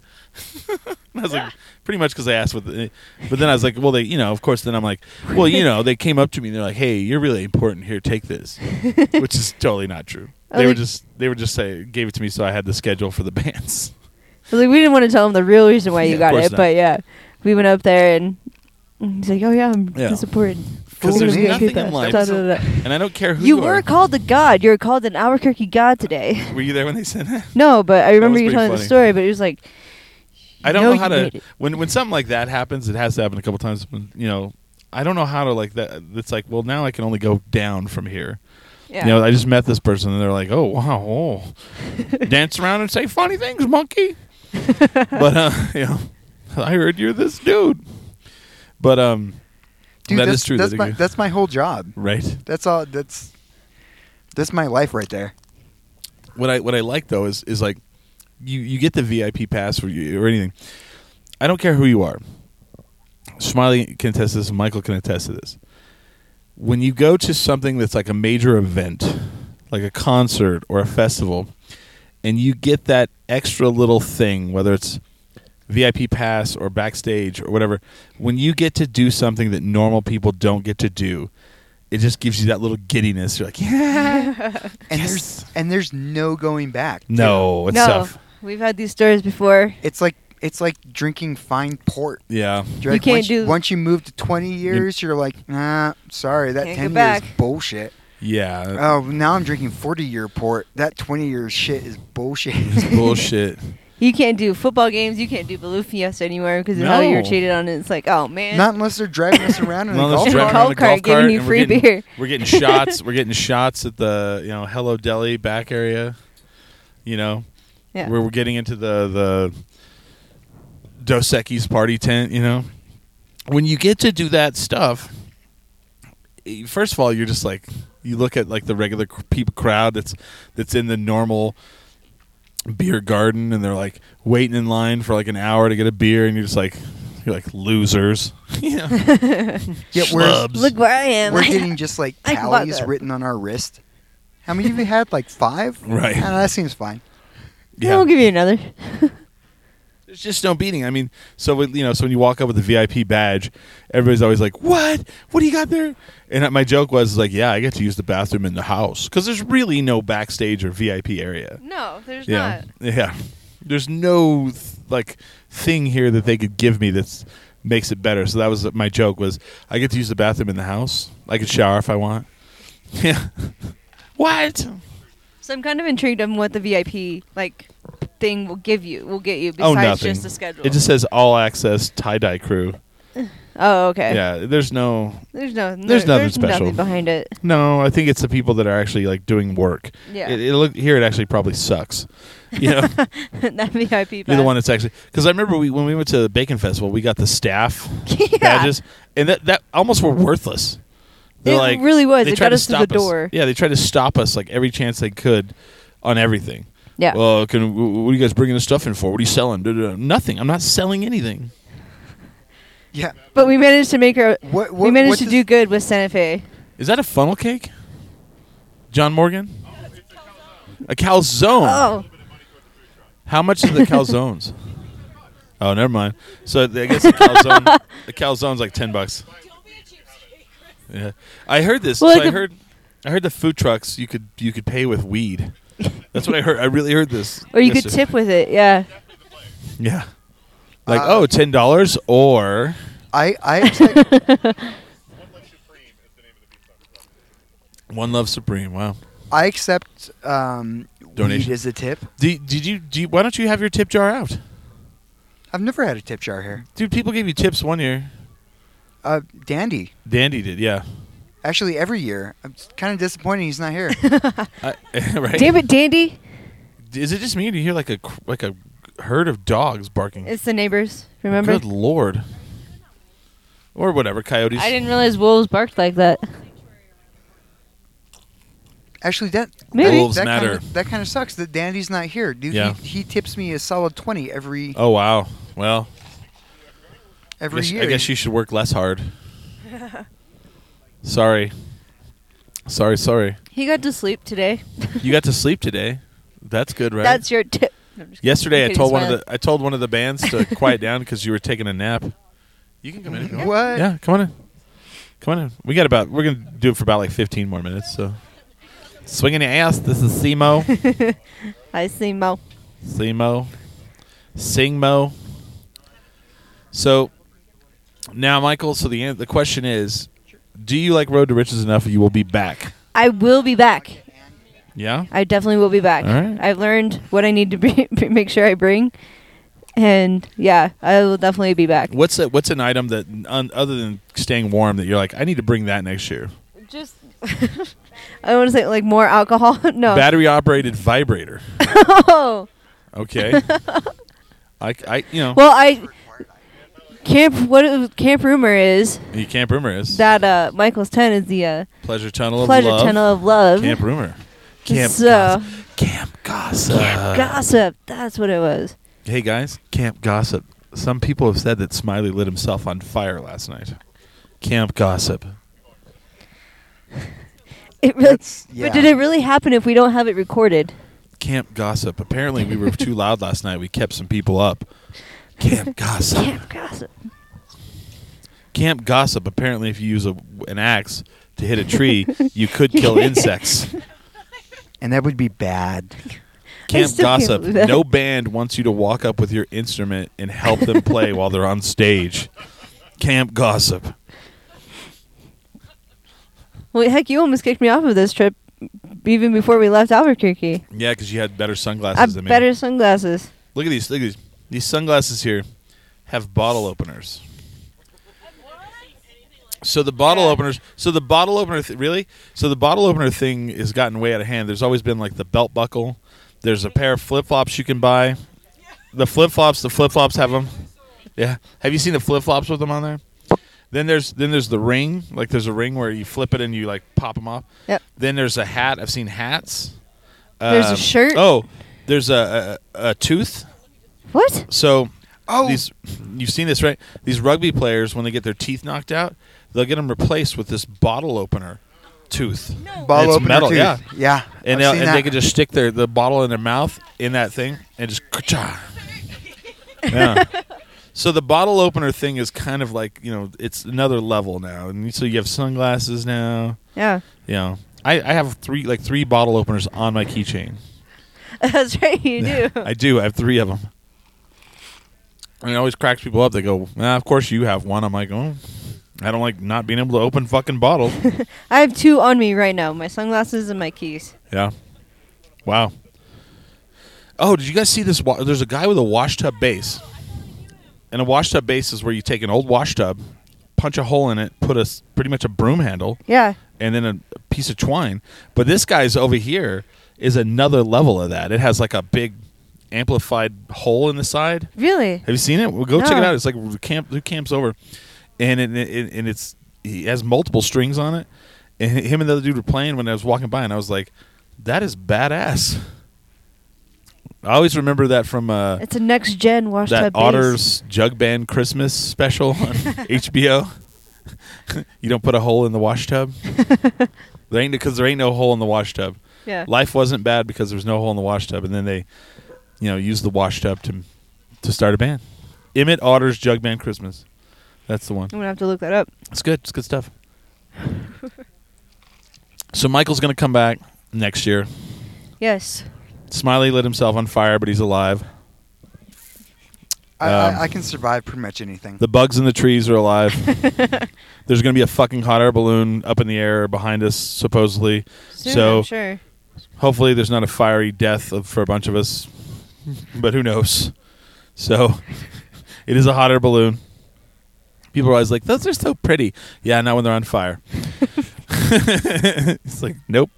[LAUGHS] And I was like, pretty much because I asked what. The, but then I was like, well, they, you know, of course. Then I'm like, well, you know, they came up to me and they're like, hey, you're really important here. Take [LAUGHS] this, which is totally not true. Oh, They were like- just they were just say gave it to me so I had the schedule for the [LAUGHS] bands. So, like, we didn't want to tell him the real reason why Yeah, you of got course it, not. but yeah, we went up there and and he's like, oh yeah, I'm Yeah. disappointed. Because Fool there's me. nothing in Da, life, da, da, da. and I don't care who You you, were are. called the god. You were called an Albuquerque god today. Were you there when they said that? [LAUGHS] No, but I remember was you pretty telling the funny. story, but it was like, I don't No, know how you made to it. when when something like that happens. It has to happen a couple times. When, you know, I don't know how to like that. It's like, well, now I can only go down from here. yeah. You know, I just met this person and they're like, oh wow, oh. [LAUGHS] dance around and say funny things, [LAUGHS] monkey. but uh, [LAUGHS] you know, I heard you're this dude. But um, Dude, That that's, is true, That's that my, you- that's my whole job. [LAUGHS] right. That's all. That's that's my life right there. what I what I like though is is like you you get the VIP pass or you or anything. I don't care who you are. Smiley can attest to this. Michael can attest to this. when you go to something that's like a major event, like a concert or a festival, and you get that extra little thing, whether it's VIP pass or backstage or whatever, when you get to do something that normal people don't get to do, it just gives you that little giddiness. You're like, [LAUGHS] yeah, And Yes. there's and there's no going back. too. no, oh, it's no, tough. we've had these stories before. It's like it's like drinking fine port. Yeah, You're You like, can't once, do- once you move to 20 years, you're like, nah, sorry, that 10 Can't go years back." bullshit. yeah, Oh, now I'm drinking 40 year port. That 20 year shit is bullshit. [LAUGHS] it's bullshit. You can't do football games. You can't do Baloo Fiesta anywhere because of how No. you're cheated on it. It's like, oh [LAUGHS] man. Not unless they're driving us around in a Not unless golf you're golf driving around a cart golf giving cart you and free we're getting, beer. We're getting shots. We're [LAUGHS] getting shots at the you know Hello Deli back area. You know, yeah. where we're getting into the the Dos Equis party tent. You know, when you get to do that stuff, eh, first of all, you're just like you look at like the regular cr- people crowd that's that's in the normal beer garden, and they're like waiting in line for like an hour to get a beer, and you're just like you're like losers. [LAUGHS] you [LAUGHS] know, Yeah, we're, schlubs. [LAUGHS] Look where I am. [LAUGHS] we're getting just [LAUGHS] like I can walk calories up. written on our wrist. How many have you had? Like five? Right. Ah, that seems fine. Yeah. I'll give you another. There's just no beating. I mean, so with, you know, so when you walk up with the VIP badge, everybody's always like, "What? What do you got there?" And my joke was like, "Yeah, I get to use the bathroom in the house because there's really no backstage or VIP area. No, there's yeah, yeah. There's no th- like thing here that they could give me that's makes it better. So that was my joke was I get to use the bathroom in the house. I could shower if I want. [LAUGHS] Yeah. what? So I'm kind of intrigued on what the VIP like thing will give you, will get you oh, besides nothing. just the schedule. It just says all access tie dye crew. oh, okay. Yeah. There's no. There's no. no- There's nothing special. nothing behind it. [LAUGHS] No, I think it's the people that are actually like doing work. Yeah. It, it look here. It actually probably sucks. You [LAUGHS] know, that VIP. you're the pass. one that's actually because I remember we when we went to the Bacon Festival, we got the staff [LAUGHS] Yeah. badges, and that that almost were worthless. They're It like really was. They It tried got to us through the stop us. door. Yeah, they tried to stop us like every chance they could on everything. Yeah. Well, can wh- what are you guys bringing this stuff in for? What are you selling? Duh, duh, duh. Nothing. I'm not selling anything. Yeah. but we managed to make our. What, what, we what managed to does- do good with Santa Fe. Is that a funnel cake? John Morgan? A calzone. Oh, How much are the [LAUGHS] calzones? oh, never mind. So I guess the calzone, [LAUGHS] the calzone's like ten bucks. Yeah, I heard this. Well, so like I a- heard, I heard the food trucks you could you could pay with weed. That's what I heard. I really heard this. or you could yesterday. tip with it. Yeah. Yeah. Like Uh, oh, ten dollars or I, [LAUGHS] I expect [LAUGHS] one love supreme. Wow. I accept um, weed Donation. as a tip. Did, did you do? You, why don't you have your tip jar out? I've never had a tip jar here. Dude, people gave you tips one year. Uh, Dandy. Dandy did, yeah. Actually, every year. I'm kind of disappointed he's not [LAUGHS] here. I, [LAUGHS] right? Damn it, Dandy! Is it just me? Or do you hear like a cr- like a herd of dogs barking? It's the neighbors. Remember? Good lord. Or whatever, coyotes. I didn't realize wolves barked like that. Actually, that Maybe. Wolves that matter. Kinda, that kind of sucks that Dandy's not here, dude. Yeah. He, he tips me a solid twenty every Oh wow. Well, I every guess, year. I guess you should work less [LAUGHS] hard. sorry. Sorry, sorry. He got to sleep today. You [LAUGHS] got to sleep today. That's good, right? That's your tip. No, I'm just kidding. Yesterday I'm I kidding, told one of smile. the I told one of the bands [LAUGHS] to quiet down cuz you were taking a nap. You can come in if you want. What? Yeah, come on in. Come on in. We got about we're going to do it for about like 15 more minutes, so swinging your ass. This is Simo. [LAUGHS] I see Mo. Simo. Singmo. So now, Michael. So the an- the question is, do you like Road to Riches enough? You will be back. I will be back. Yeah. I definitely will be back. All right. I've learned what I need to be, [LAUGHS] make sure I bring, and yeah, I will definitely be back. What's a, what's an item that un, other than staying warm that you're like I need to bring that next year? Just [LAUGHS] I want to say like more alcohol. [LAUGHS] no. Battery operated vibrator. Oh. Okay. [LAUGHS] I, c- I- you know Well, I camp. What it- camp rumor is you Camp Rumor is that uh, Michael's tent is the uh, pleasure tunnel pleasure of love. tunnel of love. Camp Rumor. Camp so gossip. Camp gossip. gossip. That's what it was. Hey guys, camp gossip. Some people have said that Smiley lit himself on fire last night. Camp gossip. It really, That's- But did it really happen if we don't have it recorded? Camp gossip. Apparently, we were too loud last night. We kept some people up. Camp gossip. Camp gossip. Camp gossip. Apparently, if you use a, an axe to hit a tree, you could [LAUGHS] kill insects. and that would be bad. Camp still can't gossip. believe that. No band wants you to walk up with your instrument and help them play while they're on stage. Camp gossip. Well, heck, you almost kicked me off of this trip even before we left Albuquerque. Yeah, because you had better sunglasses I than me. better sunglasses. Look at these. Look at these. These sunglasses here have bottle openers. So the bottle openers. So the bottle opener. Th- really? So the bottle opener thing has gotten way out of hand. There's always been like the belt buckle. There's a pair of flip flops you can buy. The flip flops. The flip flops have them. Yeah. Have you seen the flip flops with them on there? Then there's then there's the ring. Like there's a ring where you flip it and you like pop them off. Yep. Then there's a hat. I've seen hats. There's a Um, shirt. Oh, there's a, a, a tooth. What? So Oh, these you've seen this right? These rugby players when they get their teeth knocked out, they'll get them replaced with this bottle opener tooth. ball it's opener metal, tooth. yeah. yeah. And, I've they'll- seen and that. they can just stick their the bottle in their mouth in that thing and just ka Yeah. so the bottle opener thing is kind of like, you know, it's another level now. And so you have sunglasses now, Yeah. you know. I, I have three like three bottle openers on my keychain. [LAUGHS] That's right, [LAUGHS] you do. I do. I have three of them. And it always cracks people up. They go, nah, "Of course you have one." I'm like, "Oh, I don't like not being able to open fucking bottles." I have two on me right now my sunglasses and my keys. yeah. Wow. Oh, did you guys see this? Wa- There's a guy with a washtub base, and a washtub base is where you take an old washtub, punch a hole in it, put a s- pretty much a broom handle, Yeah. and then a piece of twine. But this guy's over here is another level of that. It has like a big amplified hole in the side. Really? Have you seen it? Well, go check it No. out. It's like the camp. The camp's over, and it, it, and it's he has multiple strings on it. And him and the other dude were playing when I was walking by, and I was like, "That is badass." I always remember that from uh, It's a next gen washtub. that base. Otters Jug Band Christmas special on [LAUGHS] HBO. [LAUGHS] you don't put a hole in the [LAUGHS] washtub. there ain't because there ain't no hole in the washtub. Yeah. Life wasn't bad because there was no hole in the washtub, and then they, you know, used the washtub to to start a band. Emmett Otter's Jug Band Christmas. That's the one. I'm going to have to look that up. It's good. It's good stuff. [LAUGHS] so Michael's gonna come back next year. [LAUGHS] Yes. Smiley lit himself on fire, but he's alive. I, um, I, I can survive pretty much anything. The bugs in the trees are alive. There's going to be a fucking hot air balloon up in the air behind us, supposedly. Soon, so I'm sure. hopefully there's not a fiery death of, for a bunch of us, but who knows? So it is a hot air balloon. People are always like, "Those are so pretty." Yeah, not when they're on fire. [LAUGHS] it's like, nope.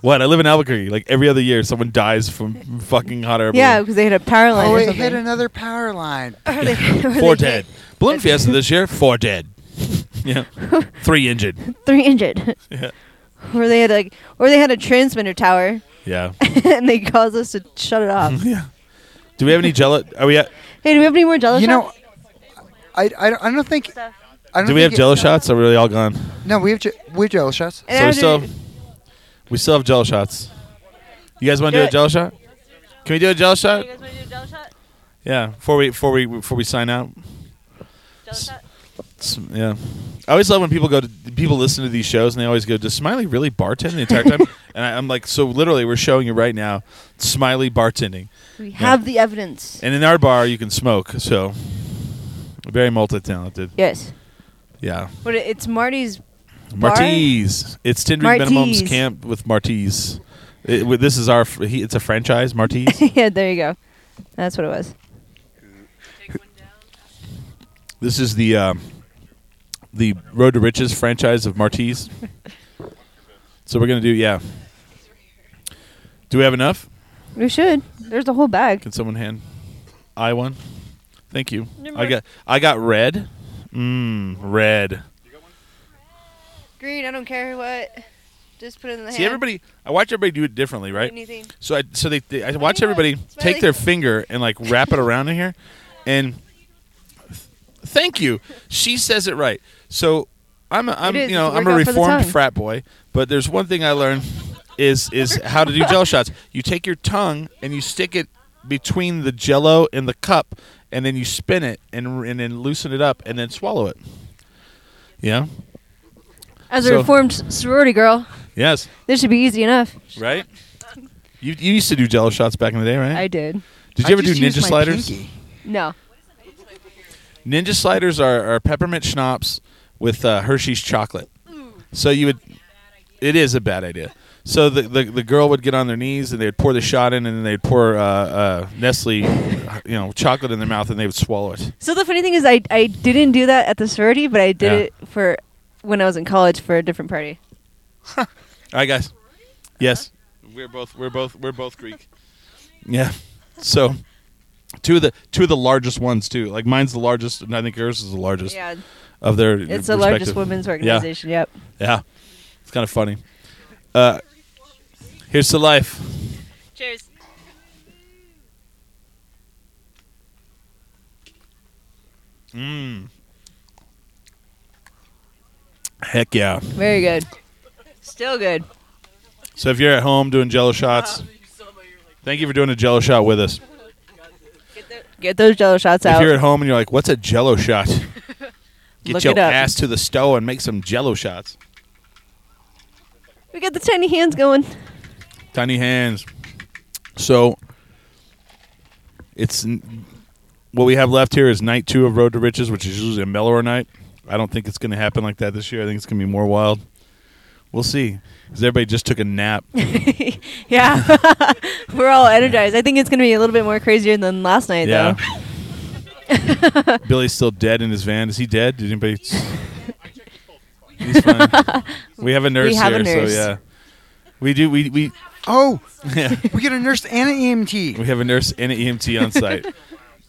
What? I live in Albuquerque. Like every other year, someone dies from fucking hot air balloon. Yeah, because they hit a power line oh, or it something. hit another power line. [LAUGHS] Or they- [LAUGHS] [LAUGHS] or they Four hit dead. Balloon Fiesta this year, four dead. yeah. Three [LAUGHS] injured. Three injured. Yeah. or they had like, or they had a transmitter tower, [LAUGHS] Yeah. and they caused us to shut it off. [LAUGHS] yeah. Do we have any jello? Are we at, hey, do we have any more jello You know, shots? I, I, don't- I don't think. Stuff. I don't do we have think jello shots? Are we really all gone? It, no, we have j- we have jello shots. And So we after- still, we still have jello shots. You guys want to Do do a it. jello shot? Can we do a jello shot? Yeah. Before we before we before we sign out. It's- yeah. I always love when people go to people listen to these shows and they always go, "Does Smiley really bartend the entire [LAUGHS] time?" and I, I'm like, "So literally, we're showing you right now, Smiley bartending." we have the evidence. And in our bar, you can smoke. So very multi-talented. yes, Yeah. but it- [LAUGHS] it's Marty's. Bar? Martiz. It's Tinder Minimum's Martiz. camp with Martiz. It- w- this is our. fr- He, it's a franchise, Martiz. [LAUGHS] yeah, there you go. That's what it was. this is the um, the Road to Riches franchise of Martiz. so we're gonna do yeah. Do we have enough? We should. There's a whole bag. Can someone hand I one? Thank you. Never I mind. got I got red. Mmm, red. Green. I don't care what. Just put it in the See everybody. I watch everybody do it differently, right? Anything. So I so they, they I watch do you want? everybody Smiley? take their finger and like wrap it around in here, and th- thank you. She says it right. So I'm a, I'm It is. you know It's a I'm a workout for the reformed tongue. frat boy, but there's one thing I learned is is how to do [LAUGHS] jello shots. You take your tongue and you stick it between the jello and the cup, and then you spin it and and then loosen it up and then swallow it. Yeah. As So- a reformed s- sorority girl, Yes. this should be easy enough. [LAUGHS] Right. You you used to do jello shots back in the day, right? I did. Did I you ever do just used ninja my sliders? pinky. No. Ninja sliders are, are peppermint schnapps with uh, Hershey's chocolate. So you would, it is a bad idea. So the, the the girl would get on their knees and they'd pour the shot in and then they'd pour uh, uh, Nestle, you know, chocolate in their mouth and they would swallow it. So the funny thing is, I, I didn't do that at the sorority, but I did Yeah. it for when I was in college for a different party. All right, guys. Yes. We're both we're both we're both Greek. Yeah. So two of the two of the largest ones too. Like mine's the largest and I think yours is the largest yeah, of their. it's the largest respective- women's organization. Yep. Yeah, it's kind of funny. Uh, here's to life. Cheers. Mm. Heck yeah! Very good. Still good. So if you're at home doing Jello shots, thank you for doing a Jello shot with us. Get those jello shots If out. you're at home and you're like, "What's a Jello [LAUGHS] shot?" Get Look your it up. ass to the stove and make some Jello shots. We got the tiny hands going. Tiny hands. So it's n- what we have left here is night two of Road to Riches, which is usually a mellower night. I don't think it's going to happen like that this year. I think it's going to be more wild. We'll see. Because everybody just took a nap. [LAUGHS] yeah. [LAUGHS] We're all energized. I think it's going to be a little bit more crazier than last night, yeah. though. Billy's still dead in his van. Is he dead? Did anybody? He's [LAUGHS] fine. We have a nurse have a here, nurse. so yeah. We do. We [LAUGHS] we Oh, yeah. we get a nurse and an E [LAUGHS] EMT. We have a nurse and an EMT on site.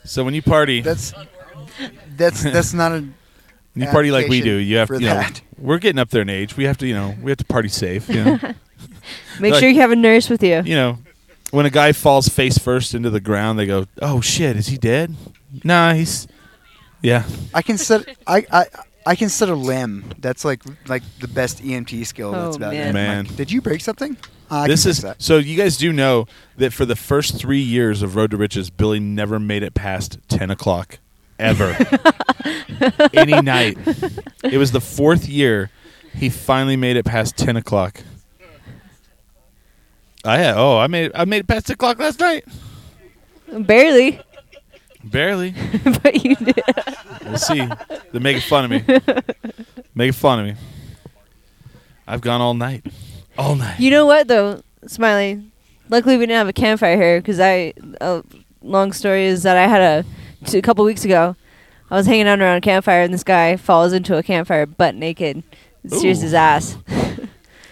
so when you party, That's that's that's not a. You party like we do. application You have to. for You know, that. we're getting up there in age. We have to. You know, we have to party safe. You [LAUGHS] know, Make Like- sure you have a nurse with you. you know, when a guy falls face first into the ground, they go, "Oh shit, is he dead?" Nah, he's. Yeah, I can set I I. I can set a limb. That's like like the best EMT skill. that's Oh, about man. it. Man. Like, did you break something? Ah, I this can is fix that. so. You guys do know that for the first three years of Road to Riches, Billy never made it past ten o'clock, [LAUGHS] ever, any night. It was the fourth year he finally made it past ten o'clock. I had, oh, I made I made it past ten o'clock last night. Barely, [LAUGHS] Barely. but you did. We'll see. They're making fun of me. [LAUGHS] Making fun of me. I've gone all night. All night. You know what though, Smiley? Luckily we didn't have a campfire here because I. A long story is that I had a two, a couple weeks ago. I was hanging out around a campfire and this guy falls into a campfire butt naked, sears Ooh. his ass. [LAUGHS]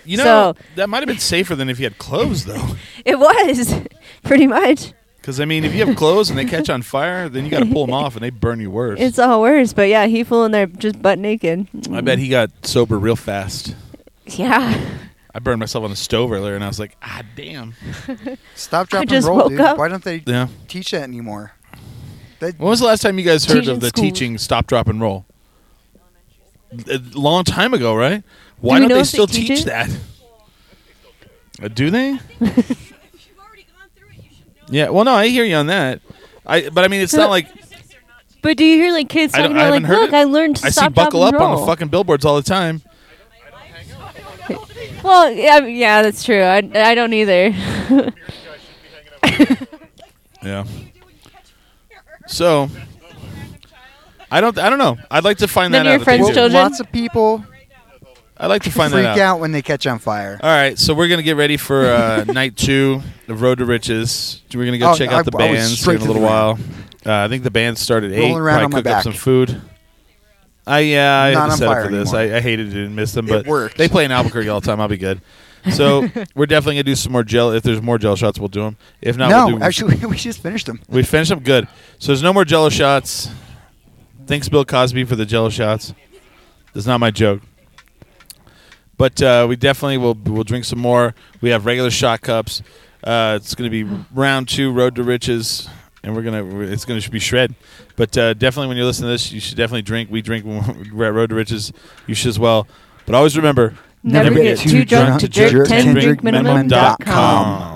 You know, that might have been safer than if you had clothes, though. It was [LAUGHS] pretty much. Because, I mean, if you have clothes and they catch on fire, then you got to pull them off and they burn you worse. It's all worse, but yeah, he flew in there just butt naked. I bet he got sober real fast. Yeah. I burned myself on the stove earlier and I was like, ah, damn. Stop, drop, and just roll, woke dude. up. Why don't they Yeah. teach that anymore? That, When was the last time you guys heard Teaching of the schools. teaching stop, drop, and roll? A long time ago, right? Why we not know they if they still teach teach it? that? Uh, do they? yeah. Well, no, I hear you on that. I, but I mean, it's not like But do you hear like kids I don't- talking I about like, haven't heard look, it. I learned to I see stop, drop, buckle and up on the roll." fucking billboards all the time. Well, yeah, I mean, yeah, that's true. I, I don't either. [LAUGHS] Yeah. So, I don't. I don't know. I'd like to find None that out. if of your they friends do. children? lots of people I'd like to find freak that out. Uh, out. when they catch on fire. All right, so we're gonna get ready for uh, [LAUGHS] night two of Road to Riches. We're gonna go Oh, check I- out the I was bands here straight in a to little the while. Uh, I think the band started at eight. Rolling around Probably on my cook up back. some food. I yeah, I Not had to on set up fire for this. I, anymore. I hated it and missed them, but worked. they play in Albuquerque all the time. I'll be good. [LAUGHS] So we're definitely gonna do some more gel. If there's more gel shots, we'll do them. If not, no, we'll do, actually, [LAUGHS] we just finished them. we finished them good. So there's no more jello shots. Thanks, Bill Cosby, for the jello shots. That's not my joke. But uh, we definitely will will drink some more. We have regular shot cups. Uh, it's going to be round two, Road to Riches. and we're gonna we're- it's gonna be shred. But uh, definitely, when you're listening to this, you should definitely drink. We drink when we're at Road to Riches. You should as well. but always remember Never get too drunk to jerk 10drinkminimum.com.